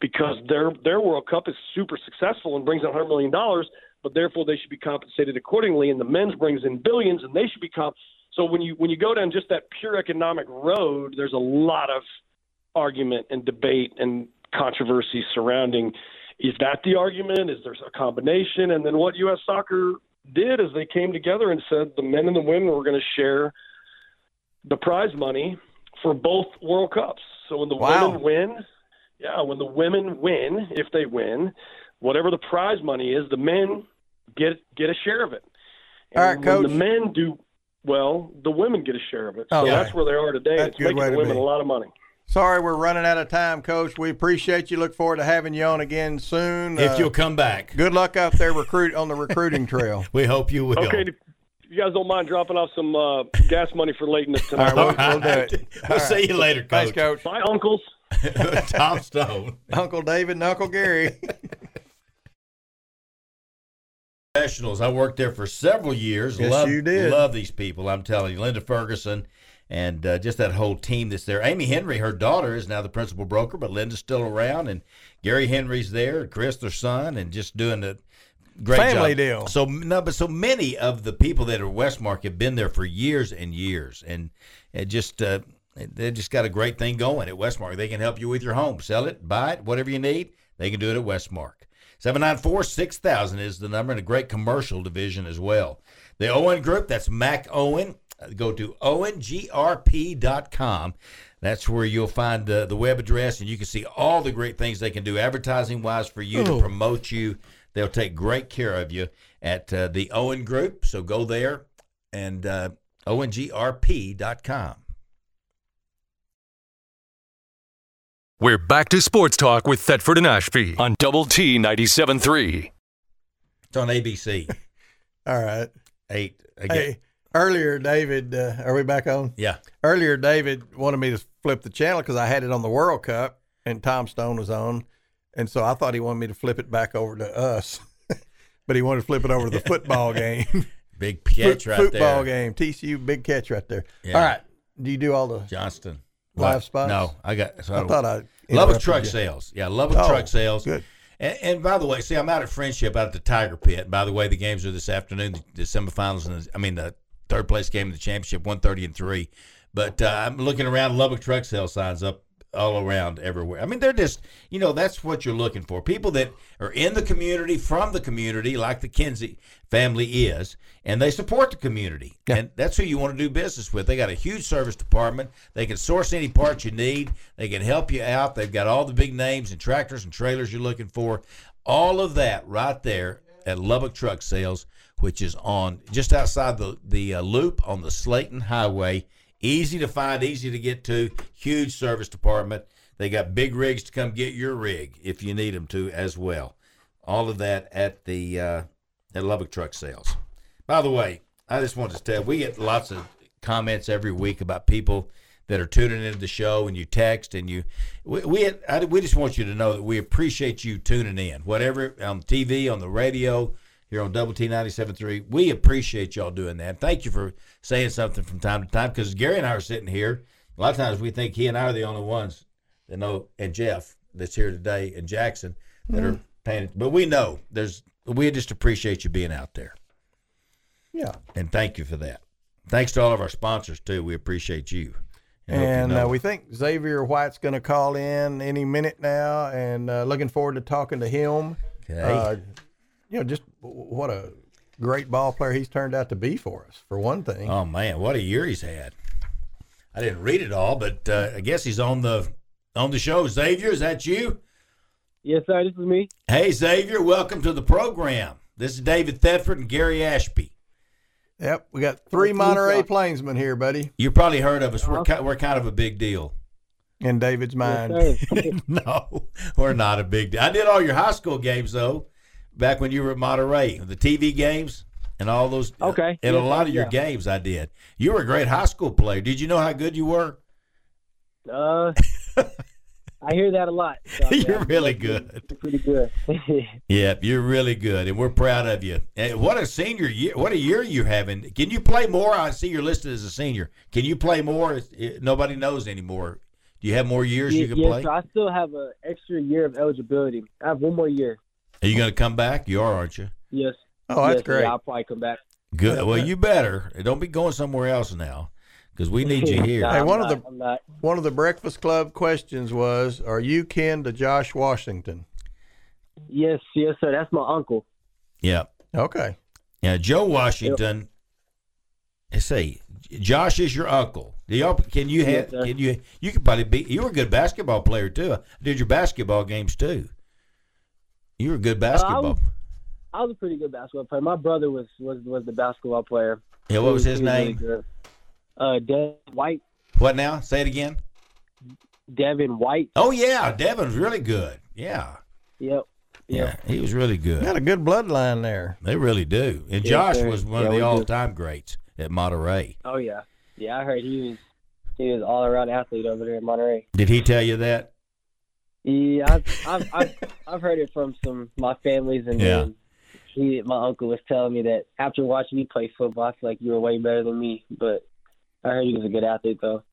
[SPEAKER 5] because their their World Cup is super successful and brings in 100 million dollars, but therefore they should be compensated accordingly. And the men's brings in billions, and they should be comp. So when you when you go down just that pure economic road, there's a lot of argument and debate and controversy surrounding is that the argument? Is there a combination? And then what U.S. soccer did is they came together and said the men and the women were going to share the prize money for both World Cups. So when the
[SPEAKER 6] Wow.
[SPEAKER 5] women win, yeah, when the women win, if they win, whatever the prize money is, the men get get a share of it. And
[SPEAKER 6] All right,
[SPEAKER 5] when
[SPEAKER 6] Coach.
[SPEAKER 5] the men do well, the women get a share of it. So
[SPEAKER 6] Okay.
[SPEAKER 5] that's where they are today.
[SPEAKER 6] That's a
[SPEAKER 5] it's
[SPEAKER 6] good
[SPEAKER 5] making
[SPEAKER 6] way
[SPEAKER 5] the
[SPEAKER 6] to
[SPEAKER 5] women
[SPEAKER 6] be.
[SPEAKER 5] a lot of money.
[SPEAKER 6] Sorry, we're running out of time, Coach. We appreciate you. Look forward to having you on again soon. Uh,
[SPEAKER 1] if you'll come back,
[SPEAKER 6] good luck out there recruit on the recruiting trail.
[SPEAKER 1] we hope you will.
[SPEAKER 5] Okay, if you guys don't mind dropping off some uh, gas money for Leighton
[SPEAKER 6] All
[SPEAKER 5] tonight.
[SPEAKER 6] right, we'll, we'll do it.
[SPEAKER 1] we'll see you later,
[SPEAKER 6] Thanks, Coach.
[SPEAKER 1] Coach.
[SPEAKER 5] Bye, uncles.
[SPEAKER 1] Tom Stone.
[SPEAKER 6] Uncle David and Uncle Gary.
[SPEAKER 1] professionals. I worked there for several years.
[SPEAKER 6] Yes,
[SPEAKER 1] love,
[SPEAKER 6] you did.
[SPEAKER 1] Love these people. I'm telling you, Linda Ferguson, and uh, just that whole team that's there. Amy Henry, her daughter, is now the principal broker, but Linda's still around, and Gary Henry's there, and Chris, their son, and just doing a great
[SPEAKER 6] Family
[SPEAKER 1] job.
[SPEAKER 6] deal.
[SPEAKER 1] So no, but so many of the people that are Westmark have been there for years and years, and it just. Uh, they just got a great thing going at Westmark. They can help you with your home. Sell it, buy it, whatever you need, they can do it at Westmark. 794 6000 is the number in a great commercial division as well. The Owen Group, that's Mac Owen. Uh, Go to owengrp.com. That's where you'll find uh, the web address and you can see all the great things they can do advertising wise for you to promote you. They'll take great care of you at uh, the Owen Group. So go there and uh, owengrp.com.
[SPEAKER 7] We're back to Sports Talk with Thetford and Ashby on Double T 97.3.
[SPEAKER 1] It's on ABC.
[SPEAKER 6] All right.
[SPEAKER 1] 8 again.
[SPEAKER 6] Hey, earlier, David, uh, are we back on?
[SPEAKER 1] Yeah.
[SPEAKER 6] Earlier, David wanted me to flip the channel because I had it on the World Cup and Tom Stone was on.
[SPEAKER 3] And so I thought he wanted me to flip it back over to us, but he wanted to flip it over to the football game.
[SPEAKER 1] Big catch right
[SPEAKER 3] football
[SPEAKER 1] there.
[SPEAKER 3] game. TCU, big catch right there.
[SPEAKER 1] Yeah.
[SPEAKER 3] All right. Do you do all the?
[SPEAKER 1] Johnston.
[SPEAKER 3] Live
[SPEAKER 1] What?
[SPEAKER 3] spots?
[SPEAKER 1] No, I got. So
[SPEAKER 3] I thought I
[SPEAKER 1] Lubbock
[SPEAKER 3] interrupted
[SPEAKER 1] Truck
[SPEAKER 3] you.
[SPEAKER 1] Sales. Yeah, Lubbock
[SPEAKER 3] Oh,
[SPEAKER 1] Truck Sales.
[SPEAKER 3] good.
[SPEAKER 1] And, and by the way, see, I'm out at Friendship out at the Tiger Pit. By the way, the games are this afternoon. The, the semifinals, and the, I mean the third place game of the championship, one thirty and three. But uh, I'm looking around. Lubbock Truck Sales signs up all around everywhere. I mean, they're just you know that's what you're looking for. People that are in the community, from the community, like the Kinsey family is, and they support the community. And that's who you want to do business with. They got a huge service department. They can source any part you need. They can help you out. They've got all the big names and tractors and trailers you're looking for. All of that right there at Lubbock Truck Sales, which is on just outside the the uh, loop on the Slayton Highway. Easy to find, easy to get to. Huge service department. They got big rigs to come get your rig if you need them to as well. All of that at the uh, at Lubbock Truck Sales. By the way, I just wanted to tell we get lots of comments every week about people that are tuning into the show and you text and you we we, I, we just want you to know that we appreciate you tuning in whatever on TV on the radio here on Double T 97.3 we appreciate y'all doing that thank you for saying something from time to time because Gary and I are sitting here a lot of times we think he and I are the only ones that know and Jeff that's here today and Jackson that are paying but we know there's we just appreciate you being out there
[SPEAKER 3] Yeah.
[SPEAKER 1] and thank you for that. Thanks to all of our sponsors too. We appreciate you. hope you
[SPEAKER 3] And
[SPEAKER 1] know.
[SPEAKER 3] uh, we think Xavier White's going to call in any minute now, and uh, looking forward to talking to him.
[SPEAKER 1] Okay.
[SPEAKER 3] Uh, you know, just w- what a great ball player he's turned out to be for us, for one thing.
[SPEAKER 1] oh man, what a year he's had! I didn't read it all, but uh, I guess he's on the on the show. Xavier, is that you?
[SPEAKER 8] Yes, sir. This is me.
[SPEAKER 1] Hey, Xavier, welcome to the program. This is David Thetford and Gary Ashby.
[SPEAKER 3] yep, we got three Monterey Plainsmen here, buddy,
[SPEAKER 1] You probably heard of us. We're ki- we're kind of a big deal.
[SPEAKER 3] in David's mind.
[SPEAKER 8] Yes, sir.
[SPEAKER 1] no, we're not a big deal. I did all your high school games though, back when you were at Monterey, the TV games and all those. uh,
[SPEAKER 8] Okay.
[SPEAKER 1] and a
[SPEAKER 8] Yes,
[SPEAKER 1] lot of your
[SPEAKER 8] yeah.
[SPEAKER 1] games I did. You were a great high school player. Did you know how good you were?
[SPEAKER 8] uh, I hear that a lot. So,
[SPEAKER 1] you're
[SPEAKER 8] yeah,
[SPEAKER 1] really good.
[SPEAKER 8] pretty good.
[SPEAKER 1] Yep, you're really good, and we're proud of you. And what a senior year! What a year you're having. Can you play more? I see you're listed as a senior. Can you play more? It's- it- nobody knows anymore. Do you have more years you can
[SPEAKER 8] yeah,
[SPEAKER 1] play?
[SPEAKER 8] so I still have an extra year of eligibility. I have one more year.
[SPEAKER 1] Are you going to come back? You are, aren't you?
[SPEAKER 8] Yes.
[SPEAKER 3] Oh, that's
[SPEAKER 8] yes,
[SPEAKER 3] great.
[SPEAKER 8] Yeah, I'll probably come back.
[SPEAKER 1] Good.
[SPEAKER 8] uh,
[SPEAKER 1] Well, you better. Don't be going somewhere else now, because we need you here.
[SPEAKER 8] Nah,
[SPEAKER 3] Hey,
[SPEAKER 8] I'm
[SPEAKER 3] one of
[SPEAKER 8] not-
[SPEAKER 3] the-
[SPEAKER 8] I'm not.
[SPEAKER 3] One of the Breakfast Club questions was Are you kin to Josh Washington?
[SPEAKER 8] Yes, yes, sir. That's my uncle.
[SPEAKER 1] Yeah.
[SPEAKER 3] Okay.
[SPEAKER 1] Yeah, Joe Washington. Let's see. Josh is your uncle. Do y'all can you have
[SPEAKER 8] Yes, sir.
[SPEAKER 1] can you you could probably be you were a good basketball player too. I did your basketball games too. You were a good basketball.
[SPEAKER 8] I was a pretty good basketball player. My brother was was was the basketball player.
[SPEAKER 1] yeah, what was
[SPEAKER 8] He
[SPEAKER 1] his
[SPEAKER 8] he really
[SPEAKER 1] name?
[SPEAKER 8] good. uh, Devin White.
[SPEAKER 1] What now? Say it again.
[SPEAKER 8] Devin White.
[SPEAKER 1] Oh yeah, Devin's really good. Yeah.
[SPEAKER 8] Yep.
[SPEAKER 1] Yeah. He was really good.
[SPEAKER 3] Got a good bloodline there.
[SPEAKER 1] They really do. And
[SPEAKER 8] Yes,
[SPEAKER 1] Josh
[SPEAKER 8] sir.
[SPEAKER 1] was one
[SPEAKER 8] Yeah,
[SPEAKER 1] of
[SPEAKER 8] we
[SPEAKER 1] the
[SPEAKER 8] do.
[SPEAKER 1] all time greats at Monterey.
[SPEAKER 8] Oh yeah. Yeah, I heard he was he was all around athlete over there in Monterey.
[SPEAKER 1] Did he tell you that?
[SPEAKER 8] Yeah, I've I've, I've, I've heard it from some my families and
[SPEAKER 1] Yeah.
[SPEAKER 8] um, he my uncle was telling me that after watching you play football, I feel like you were way better than me. But I heard he was a good athlete though.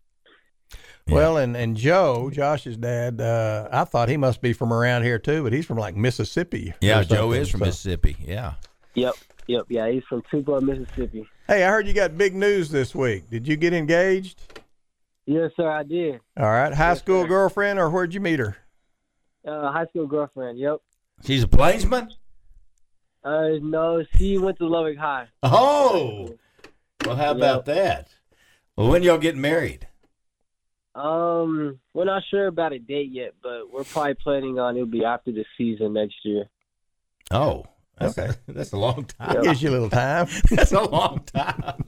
[SPEAKER 1] Yeah.
[SPEAKER 3] Well, and, and Joe, Josh's dad, uh, I thought he must be from around here too, but he's from like Mississippi. or
[SPEAKER 1] Yeah, Joe
[SPEAKER 3] something,
[SPEAKER 1] is from
[SPEAKER 3] so.
[SPEAKER 1] Mississippi. Yeah.
[SPEAKER 8] Yep, yep, yeah. He's from Tupelo, Mississippi.
[SPEAKER 3] Hey, I heard you got big news this week. Did you get engaged?
[SPEAKER 8] Yes, sir, I did.
[SPEAKER 3] All right. High
[SPEAKER 8] Yes,
[SPEAKER 3] school
[SPEAKER 8] sir.
[SPEAKER 3] girlfriend, or where'd you meet her?
[SPEAKER 8] Uh, high school girlfriend. Yep.
[SPEAKER 1] She's a plainsman?
[SPEAKER 8] Uh, no, she went to Lubbock High.
[SPEAKER 1] Oh, well, how
[SPEAKER 8] Yep.
[SPEAKER 1] about that? Well, when y'all get married?
[SPEAKER 8] Um, we're not sure about a date yet, but we're probably planning on it'll be after the season next year.
[SPEAKER 1] Oh, that's okay. A, that's a long time.
[SPEAKER 3] Gives you a little time.
[SPEAKER 1] That's a long time.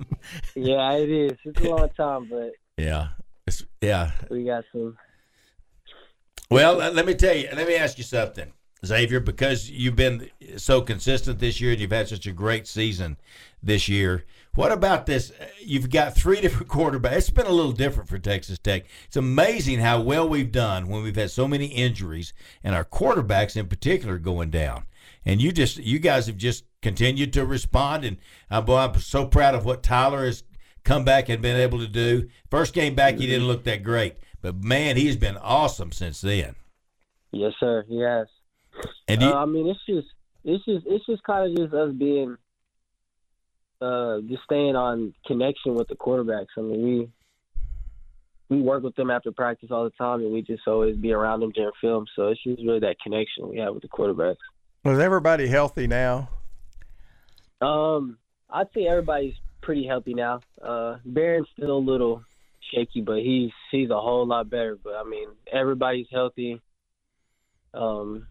[SPEAKER 8] Yeah, it is. It's a long time, but
[SPEAKER 1] Yeah, it's, yeah.
[SPEAKER 8] we got some.
[SPEAKER 1] Well, uh, let me tell you. Let me ask you something, Xavier, because you've been so consistent this year and you've had such a great season this year. What about this? Uh, You've got three different quarterbacks. It's been a little different for Texas Tech. It's amazing how well we've done when we've had so many injuries and our quarterbacks in particular going down. And you just, you guys have just continued to respond. And I'm, boy, I'm so proud of what Tyler has come back and been able to do. First game back, he didn't look that great, but man, he's been awesome since then.
[SPEAKER 8] Yes, sir. Yes.
[SPEAKER 1] And do you,
[SPEAKER 8] Uh, I mean, it's just it's just it's just kind of just us being uh just staying on connection with the quarterbacks. I mean, we we work with them after practice all the time, and we just always be around them during film. So it's just really that connection we have with the quarterbacks.
[SPEAKER 6] Was everybody healthy now?
[SPEAKER 8] Um, I'd say everybody's pretty healthy now. Uh, Barron's still a little shaky, but he's he's a whole lot better. But I mean, everybody's healthy. Um,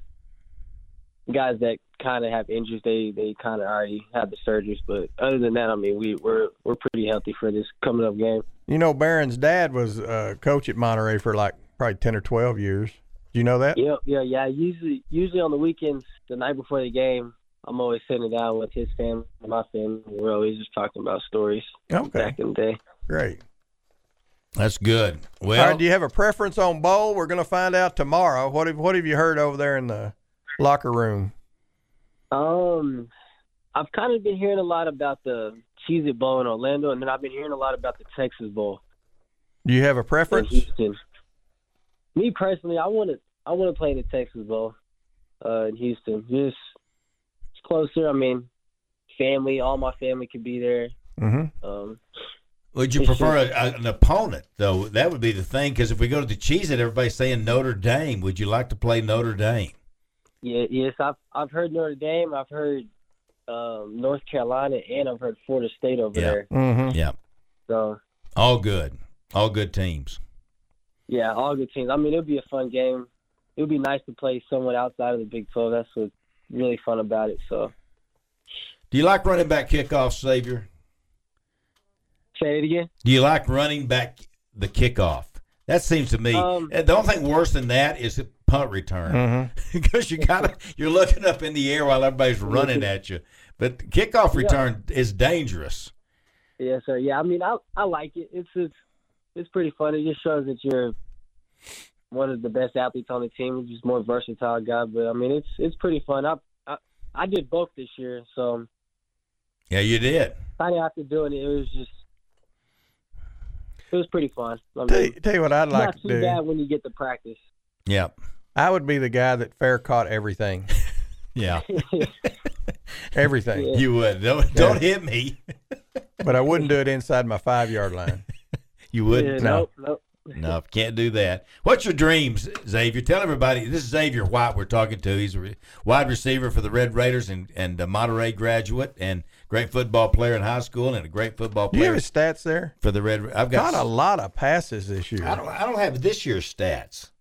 [SPEAKER 8] guys that kind of have injuries, they they kind of already have the surgeries. But other than that, I mean, we we're we're pretty healthy for this coming up game.
[SPEAKER 6] You know, Barron's dad was a coach at Monterey for like probably 10 or 12 years. Do you know that?
[SPEAKER 8] Yep, yeah, yeah. Usually, usually on the weekends, the night before the game, I'm always sitting down with his family, my family. We're always just talking about stories
[SPEAKER 6] Okay,
[SPEAKER 8] back in the day.
[SPEAKER 6] great.
[SPEAKER 1] that's good. Well,
[SPEAKER 6] All right, do you have a preference on bowl? We're going to find out tomorrow. What have, what have you heard over there in the locker room?
[SPEAKER 8] Um, I've kind of been hearing a lot about the Cheez It Bowl in Orlando, and then I've been hearing a lot about the Texas Bowl
[SPEAKER 6] Do you have a
[SPEAKER 8] in
[SPEAKER 6] preference?
[SPEAKER 8] Houston. Me personally, I want to I want to play the Texas Bowl uh, in Houston. Just it's closer. I mean, family, all my family could be there.
[SPEAKER 6] Mm-hmm.
[SPEAKER 8] Um,
[SPEAKER 1] Would you prefer a, a, an opponent though? That would be the thing because if we go to the cheese, it everybody's saying Notre Dame. Would you like to play Notre Dame?
[SPEAKER 8] yeah, yes, I've I've heard Notre Dame, I've heard um, North Carolina, and I've heard Florida State over
[SPEAKER 1] Yeah.
[SPEAKER 8] there.
[SPEAKER 6] Mm-hmm.
[SPEAKER 1] Yeah,
[SPEAKER 8] So
[SPEAKER 1] all good, all good teams.
[SPEAKER 8] Yeah, all good teams. I mean, it'll be a fun game. It would be nice to play someone outside of the Big 12. That's what's really fun about it. So,
[SPEAKER 1] Do you like running back kickoff, Savior?
[SPEAKER 8] say it again.
[SPEAKER 1] Do you like running back the kickoff? That seems to me
[SPEAKER 8] Um,
[SPEAKER 1] the only thing worse than that is a punt return
[SPEAKER 6] Mm-hmm.
[SPEAKER 1] because you got to you're looking up in the air while everybody's running at you. But kickoff return is dangerous.
[SPEAKER 8] Yeah, sir. Yeah, I mean, I I like it. It's it's, it's pretty fun. It just shows that you're one of the best athletes on the team. You're just more versatile guy. But I mean, it's it's pretty fun. I I, I did both this year, so
[SPEAKER 1] Yeah, you did.
[SPEAKER 8] kind of after doing it, it was just it was pretty fun. I mean,
[SPEAKER 6] Tell, you- tell you what I'd
[SPEAKER 8] it's
[SPEAKER 6] like
[SPEAKER 8] not
[SPEAKER 6] to
[SPEAKER 8] too
[SPEAKER 6] do.
[SPEAKER 8] bad when you get to practice.
[SPEAKER 1] Yeah,
[SPEAKER 6] I would be the guy that fair caught everything.
[SPEAKER 1] yeah.
[SPEAKER 6] Everything.
[SPEAKER 1] You would. Don't don't hit me.
[SPEAKER 6] But I wouldn't do it inside my five yard line.
[SPEAKER 1] You would.
[SPEAKER 8] Yeah,
[SPEAKER 1] not
[SPEAKER 8] nope, nope.
[SPEAKER 1] No, can't do that. What's your dreams, Xavier? Tell everybody. This is Xavier White we're talking to. He's a re- wide receiver for the Red Raiders and and a Monterey graduate and great football player in high school and a great football
[SPEAKER 6] Do you
[SPEAKER 1] player
[SPEAKER 6] have his stats there?
[SPEAKER 1] for the Red. Ra- I've got.
[SPEAKER 6] Caught a lot of passes this year.
[SPEAKER 1] I don't. I don't have this year's stats,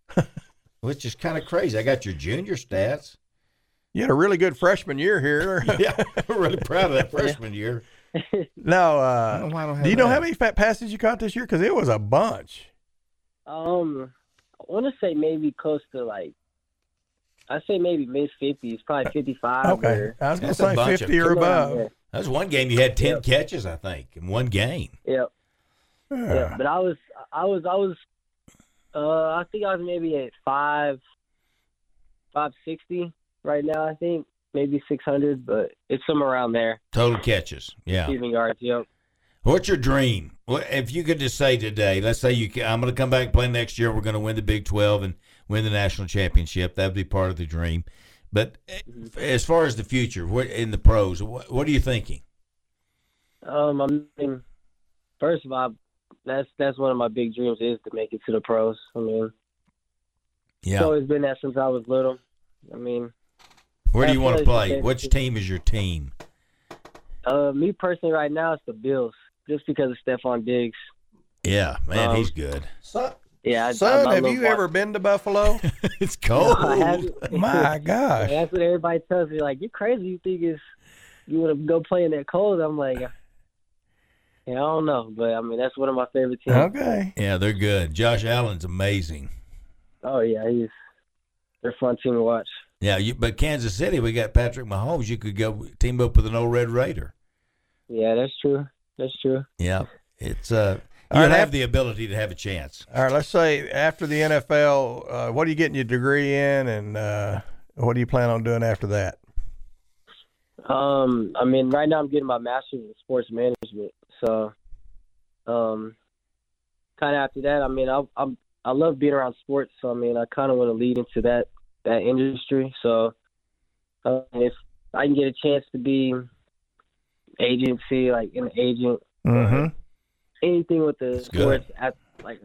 [SPEAKER 1] which is kind of crazy. I got your junior stats.
[SPEAKER 6] You had a really good freshman year here.
[SPEAKER 1] Yeah, I'm really proud of that freshman year.
[SPEAKER 6] no,
[SPEAKER 1] I don't know why I don't
[SPEAKER 6] uh,
[SPEAKER 1] have
[SPEAKER 6] do you know
[SPEAKER 1] that.
[SPEAKER 6] how many fat passes you caught this year? Because it was a bunch.
[SPEAKER 8] Um, I want to say maybe close to like, I say maybe mid fifties, probably fifty five.
[SPEAKER 6] Okay, I was going
[SPEAKER 1] That's
[SPEAKER 6] to
[SPEAKER 1] a bunch
[SPEAKER 6] say
[SPEAKER 1] of-
[SPEAKER 6] fifty or above.
[SPEAKER 1] That was one game you had ten catches, I think, in one game.
[SPEAKER 8] Yeah, yeah,
[SPEAKER 6] Yeah.
[SPEAKER 8] But I was, I was, I was, uh, I think I was maybe at five, five sixty right now. I think maybe six hundred, but it's somewhere around there.
[SPEAKER 1] Total catches. Yeah.
[SPEAKER 8] Receiving yards. Yep.
[SPEAKER 1] What's your dream? What, if you could just say today, let's say you, ca- I'm going to come back and play next year. We're going to win the Big 12 and win the national championship. That would be part of the dream. But eh,
[SPEAKER 8] Mm-hmm.
[SPEAKER 1] as far as the future, what in the pros, what, what are you thinking?
[SPEAKER 8] Um, I mean, first of all, that's that's one of my big dreams is to make it to the pros. I mean,
[SPEAKER 1] Yeah.
[SPEAKER 8] it's always been that since I was little. I mean,
[SPEAKER 1] Where do you
[SPEAKER 8] that's
[SPEAKER 1] want to
[SPEAKER 8] really the
[SPEAKER 1] play?
[SPEAKER 8] best-
[SPEAKER 1] Which team is your team?
[SPEAKER 8] Uh, me personally, right now, it's the Bills, just because of Stephon Diggs.
[SPEAKER 1] Yeah, man,
[SPEAKER 8] Um,
[SPEAKER 1] he's good.
[SPEAKER 8] Yeah, I,
[SPEAKER 6] Son,
[SPEAKER 8] I, I
[SPEAKER 6] have
[SPEAKER 8] love
[SPEAKER 6] you
[SPEAKER 8] watch-
[SPEAKER 6] ever been to Buffalo?
[SPEAKER 1] it's cold.
[SPEAKER 8] No, I haven't.
[SPEAKER 6] My gosh,
[SPEAKER 8] That's what everybody tells me. Like, you're crazy. You think it's you want to go play in that cold? I'm like, yeah, I don't know, but I mean, that's one of my favorite teams.
[SPEAKER 6] okay.
[SPEAKER 1] yeah, they're good. Josh Allen's amazing.
[SPEAKER 8] Oh yeah, he's they're a fun team to watch.
[SPEAKER 1] Yeah, you, but Kansas City, we got Patrick Mahomes. You could go team up with an old Red Raider.
[SPEAKER 8] Yeah, that's true. That's true.
[SPEAKER 1] Yeah, it's uh,
[SPEAKER 6] All
[SPEAKER 1] you
[SPEAKER 6] right,
[SPEAKER 1] have
[SPEAKER 6] I-
[SPEAKER 1] the ability to have a chance.
[SPEAKER 6] All right, let's say after the NFL, uh, what are you getting your degree in, and uh, what do you plan on doing after that?
[SPEAKER 8] Um, I mean, right now I'm getting my master's in sports management, so um, kind of after that, I mean, I I'm I love being around sports, so I mean, I kind of want to lead into that that industry. So uh, if I can get a chance to be agency, like an agent,
[SPEAKER 6] Mm-hmm.
[SPEAKER 8] anything with the
[SPEAKER 1] good.
[SPEAKER 8] sports, at, like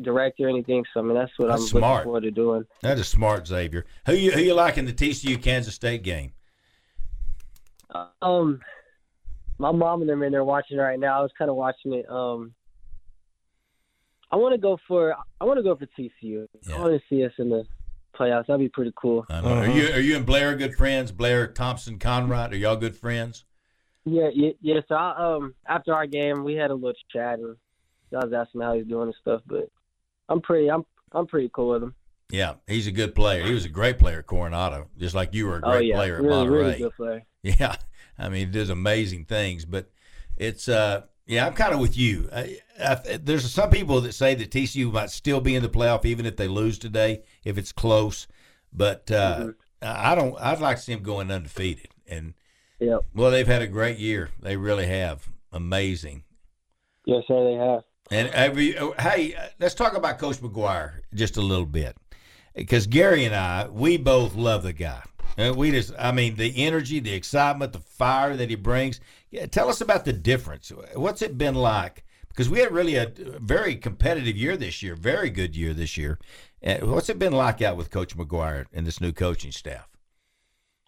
[SPEAKER 8] director, anything. So I mean, that's what
[SPEAKER 1] That's
[SPEAKER 8] I'm
[SPEAKER 1] smart.
[SPEAKER 8] looking forward to doing.
[SPEAKER 1] That is smart, Xavier. Who you who you like in the TCU Kansas State game?
[SPEAKER 8] Um, my mom and them are in there watching it right now. I was kind of watching it. Um, I want to go for I want to go for TCU.
[SPEAKER 1] Yeah.
[SPEAKER 8] I want to see us in the playoffs. That'd be pretty cool.
[SPEAKER 1] I don't know. Are
[SPEAKER 6] Uh-huh.
[SPEAKER 1] you are you and Blair good friends? Blair Thompson Conrad, are y'all good friends?
[SPEAKER 8] Yeah, yeah, yeah. So I, um, after our game, we had a little chat and I was asking him how he's doing and stuff. But I'm pretty I'm I'm pretty cool with him.
[SPEAKER 1] Yeah, he's a good player. He was a great player at Coronado, just like you were a great
[SPEAKER 8] oh yeah,
[SPEAKER 1] player at
[SPEAKER 8] really
[SPEAKER 1] Monterey.
[SPEAKER 8] really good player.
[SPEAKER 1] Yeah, I mean, it does amazing things, but it's uh, yeah, I'm kind of with you. I, I, there's some people that say that TCU might still be in the playoff even if they lose today, if it's close. But uh,
[SPEAKER 8] Mhm.
[SPEAKER 1] I I don't. I'd like to see them going undefeated. And
[SPEAKER 8] Yep.
[SPEAKER 1] well, they've had a great year. They really have. Amazing.
[SPEAKER 8] Yes, sir. They have.
[SPEAKER 1] And every oh, hey, uh, let's talk about Coach McGuire just a little bit, because Gary and I, we both love the guy. Uh, We just, I mean, the energy, the excitement, the fire that he brings. Yeah, tell us about the difference. What's it been like? Because we had really a very competitive year this year, very good year this year. Uh, What's it been like out with Coach McGuire and this new coaching staff?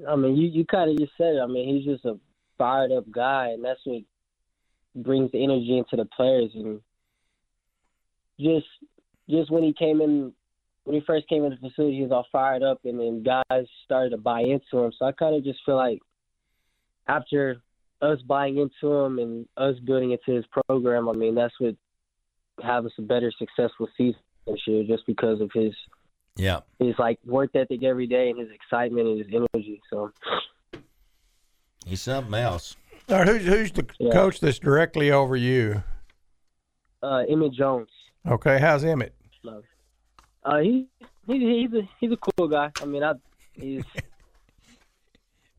[SPEAKER 8] I mean, you, you kind of just said it. I mean, he's just a fired up guy, and that's what brings the energy into the players. And just just when he came in, when he first came in the facility, he was all fired up, and then guys started to buy into him. So I kind of just feel like after us buying into him and us building into his program, I mean, that's what have us a better successful season this year, just because of his
[SPEAKER 1] Yeah,
[SPEAKER 8] his like work ethic every day and his excitement and his energy. So.
[SPEAKER 1] he's something else.
[SPEAKER 6] All right, who's who's the
[SPEAKER 8] Yeah.
[SPEAKER 6] coach that's directly over you?
[SPEAKER 8] uh, Emmett Jones.
[SPEAKER 6] Okay, how's Emmett?
[SPEAKER 8] Love. Uh, he, he he's a he's a cool guy. I mean, I he's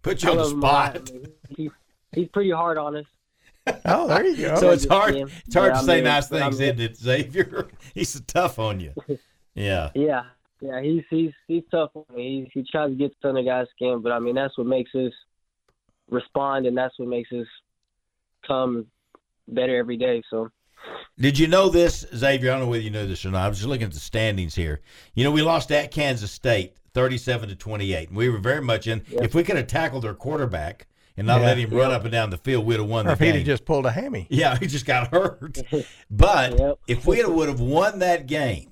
[SPEAKER 1] Put you
[SPEAKER 8] I
[SPEAKER 1] on the
[SPEAKER 8] love him a lot.
[SPEAKER 1] spot.
[SPEAKER 8] I mean, he, he's pretty hard on us.
[SPEAKER 6] Oh, there you go.
[SPEAKER 1] So it's
[SPEAKER 8] just
[SPEAKER 1] hard.
[SPEAKER 8] him.
[SPEAKER 1] It's hard
[SPEAKER 8] But
[SPEAKER 1] to
[SPEAKER 8] I
[SPEAKER 1] say
[SPEAKER 8] mean-
[SPEAKER 1] nice
[SPEAKER 8] but I
[SPEAKER 1] things,
[SPEAKER 8] mean-
[SPEAKER 1] isn't it, Xavier? He's tough on you. Yeah,
[SPEAKER 8] Yeah, yeah. He's he's he's tough. I mean, he he tries to get under guys' skin, but I mean that's what makes us respond, and that's what makes us come better every day. So
[SPEAKER 1] Did you know this, Xavier? I don't know whether you know this or not. I was just looking at the standings here. You know, we lost at Kansas State, thirty-seven to twenty-eight. We were very much in. If we could have tackled their quarterback and not
[SPEAKER 6] Yeah.
[SPEAKER 1] let him run up and down the field, we'd have won
[SPEAKER 6] or
[SPEAKER 1] the
[SPEAKER 6] if he'd
[SPEAKER 1] game.
[SPEAKER 6] have just pulled a hammy.
[SPEAKER 1] yeah, he just got hurt. But
[SPEAKER 8] Yep.
[SPEAKER 1] if we would have won that game,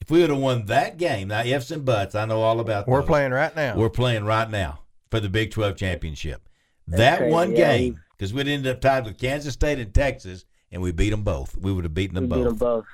[SPEAKER 1] if we would have won that game, now ifs and buts, I know all about.
[SPEAKER 6] We're
[SPEAKER 1] those.
[SPEAKER 6] playing right now.
[SPEAKER 1] We're playing right now for the Big 12 championship. that
[SPEAKER 8] crazy,
[SPEAKER 1] one
[SPEAKER 8] yeah.
[SPEAKER 1] game, because we'd end up tied with Kansas State and Texas, and we beat them both. We would have beaten them
[SPEAKER 8] we
[SPEAKER 1] both.
[SPEAKER 8] beat them both.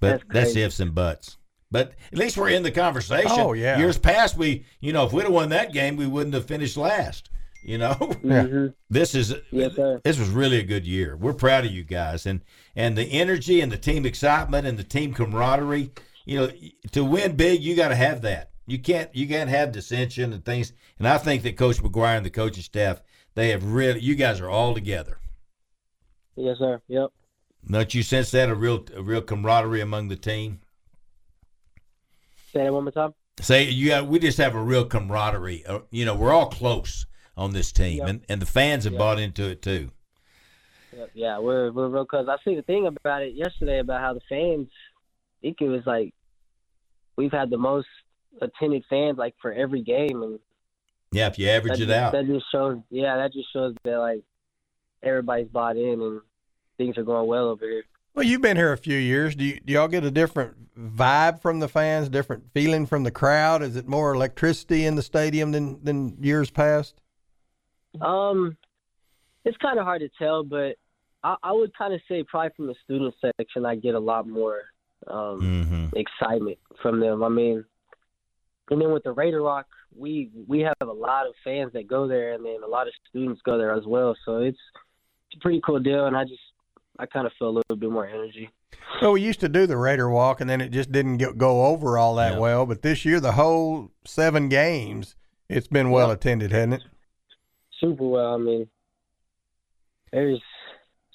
[SPEAKER 1] But
[SPEAKER 8] That's
[SPEAKER 1] that's,
[SPEAKER 8] crazy.
[SPEAKER 1] ifs and buts. But at least we're in the conversation.
[SPEAKER 6] Oh, yeah.
[SPEAKER 1] Years past, we, you know, if we'd have won that game, we wouldn't have finished last. You know,
[SPEAKER 6] Yeah.
[SPEAKER 8] hmm
[SPEAKER 1] this is
[SPEAKER 8] Yes, sir.
[SPEAKER 1] this was really a good year. We're proud of you guys, and and the energy and the team excitement and the team camaraderie. You know, to win big, you got to have that. You can't you can't have dissension and things. And I think that Coach McGuire and the coaching staff, they have really. You guys are all together.
[SPEAKER 8] Yes, sir. Yep.
[SPEAKER 1] Don't you sense that a real a real camaraderie among the team?
[SPEAKER 8] Say that one more time.
[SPEAKER 1] Say you got, we just have a real camaraderie. Uh, You know, we're all close on this team,
[SPEAKER 8] Yep.
[SPEAKER 1] and and the fans have
[SPEAKER 8] Yep.
[SPEAKER 1] bought into it too.
[SPEAKER 8] Yep, yeah, we're we're real close. I see the thing about it yesterday about how the fans. I think it was like we've had the most attended fans like for every game, and
[SPEAKER 1] Yeah, if you
[SPEAKER 8] that
[SPEAKER 1] average
[SPEAKER 8] just,
[SPEAKER 1] it out.
[SPEAKER 8] that just shows. Yeah, that just shows that like everybody's bought in and things are going well over here.
[SPEAKER 6] well, you've been here a few years. Do, you, do y'all get a different vibe from the fans, different feeling from the crowd? Is it more electricity in the stadium than, than years past?
[SPEAKER 8] Um, it's kind of hard to tell, but I, I would kind of say probably from the student section, I get a lot more. Um,
[SPEAKER 1] hmm
[SPEAKER 8] excitement from them. I mean, and then with the Raider Rock, we we have a lot of fans that go there, and then a lot of students go there as well. So it's, it's a pretty cool deal, and I just I kind of felt a little bit more energy.
[SPEAKER 3] Well, we used to do the Raider walk, and then it just didn't get, go over all that
[SPEAKER 1] Yeah.
[SPEAKER 3] well. But this year, the whole seven games, it's been well attended, hasn't it?
[SPEAKER 8] Super well. I mean, there's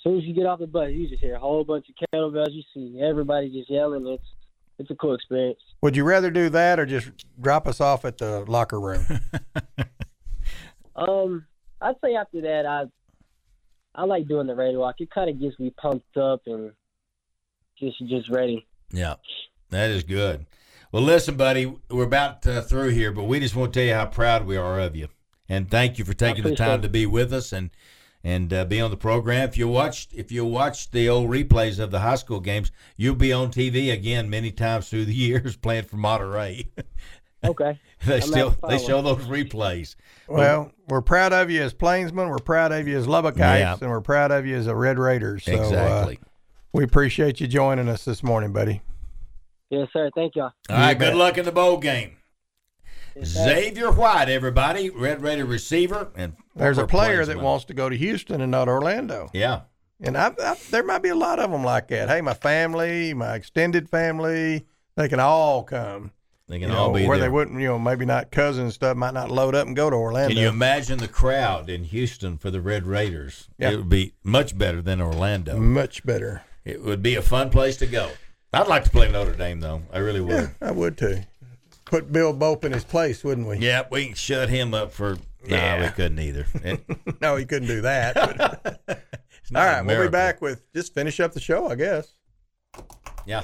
[SPEAKER 8] as soon as you get off the bus, you just hear a whole bunch of kettlebells. You see everybody just yelling. It's it's a cool experience.
[SPEAKER 3] Would you rather do that or just drop us off at the locker room?
[SPEAKER 8] Um, I'd say after that, I I like doing the Raider walk. It kind of gets me pumped up and just just ready.
[SPEAKER 1] Yeah, that is good. Well, listen, buddy, we're about uh, through here, but we just want to tell you how proud we are of you, and thank you for taking the
[SPEAKER 8] appreciate
[SPEAKER 1] time
[SPEAKER 8] it.
[SPEAKER 1] to be with us and and uh, be on the program. If you watched if you watched the old replays of the high school games, you'll be on TV again many times through the years playing for Monterey.
[SPEAKER 8] Okay.
[SPEAKER 1] they
[SPEAKER 8] I'm
[SPEAKER 1] still
[SPEAKER 8] not
[SPEAKER 1] they show those replays.
[SPEAKER 3] well, we're proud of you as Plainsmen. We're proud of you as Lubbockite,
[SPEAKER 1] Yeah.
[SPEAKER 3] and we're proud of you as a Red Raiders. So, uh,
[SPEAKER 1] exactly.
[SPEAKER 3] we appreciate you joining us this morning, buddy.
[SPEAKER 8] Yes, sir. Thank y'all.
[SPEAKER 1] All right.
[SPEAKER 3] you
[SPEAKER 1] Good
[SPEAKER 3] bet.
[SPEAKER 1] luck in the bowl game.
[SPEAKER 8] Yes, sir.
[SPEAKER 1] Xavier White, everybody, Red Raider receiver, and
[SPEAKER 3] There's a
[SPEAKER 1] former
[SPEAKER 3] player that
[SPEAKER 1] Plainsman.
[SPEAKER 3] wants to go to Houston and not Orlando.
[SPEAKER 1] Yeah.
[SPEAKER 3] And I, I, there might be a lot of them like that. Hey, my family, my extended family, they can all come.
[SPEAKER 1] They
[SPEAKER 3] You
[SPEAKER 1] can all
[SPEAKER 3] know,
[SPEAKER 1] be
[SPEAKER 3] where
[SPEAKER 1] there.
[SPEAKER 3] they wouldn't, you know, maybe not cousins and stuff, might not load up and go to Orlando.
[SPEAKER 1] Can you imagine the crowd in Houston for the Red Raiders?
[SPEAKER 3] Yeah. Mm.
[SPEAKER 1] It would be much better than Orlando.
[SPEAKER 3] Much better.
[SPEAKER 1] It would be a fun place to go. I'd like to play Notre Dame though. I really would.
[SPEAKER 3] Yeah, I would too. Put Bill Bope in his place, wouldn't we?
[SPEAKER 1] Yeah, we can shut him up for.
[SPEAKER 3] Yeah.
[SPEAKER 1] No, we couldn't either. It-
[SPEAKER 3] No, he couldn't do that. but-
[SPEAKER 1] it's
[SPEAKER 3] all
[SPEAKER 1] not a
[SPEAKER 3] right, we'll be
[SPEAKER 1] miracle.
[SPEAKER 3] back with just finish up the show, I guess.
[SPEAKER 1] Yeah.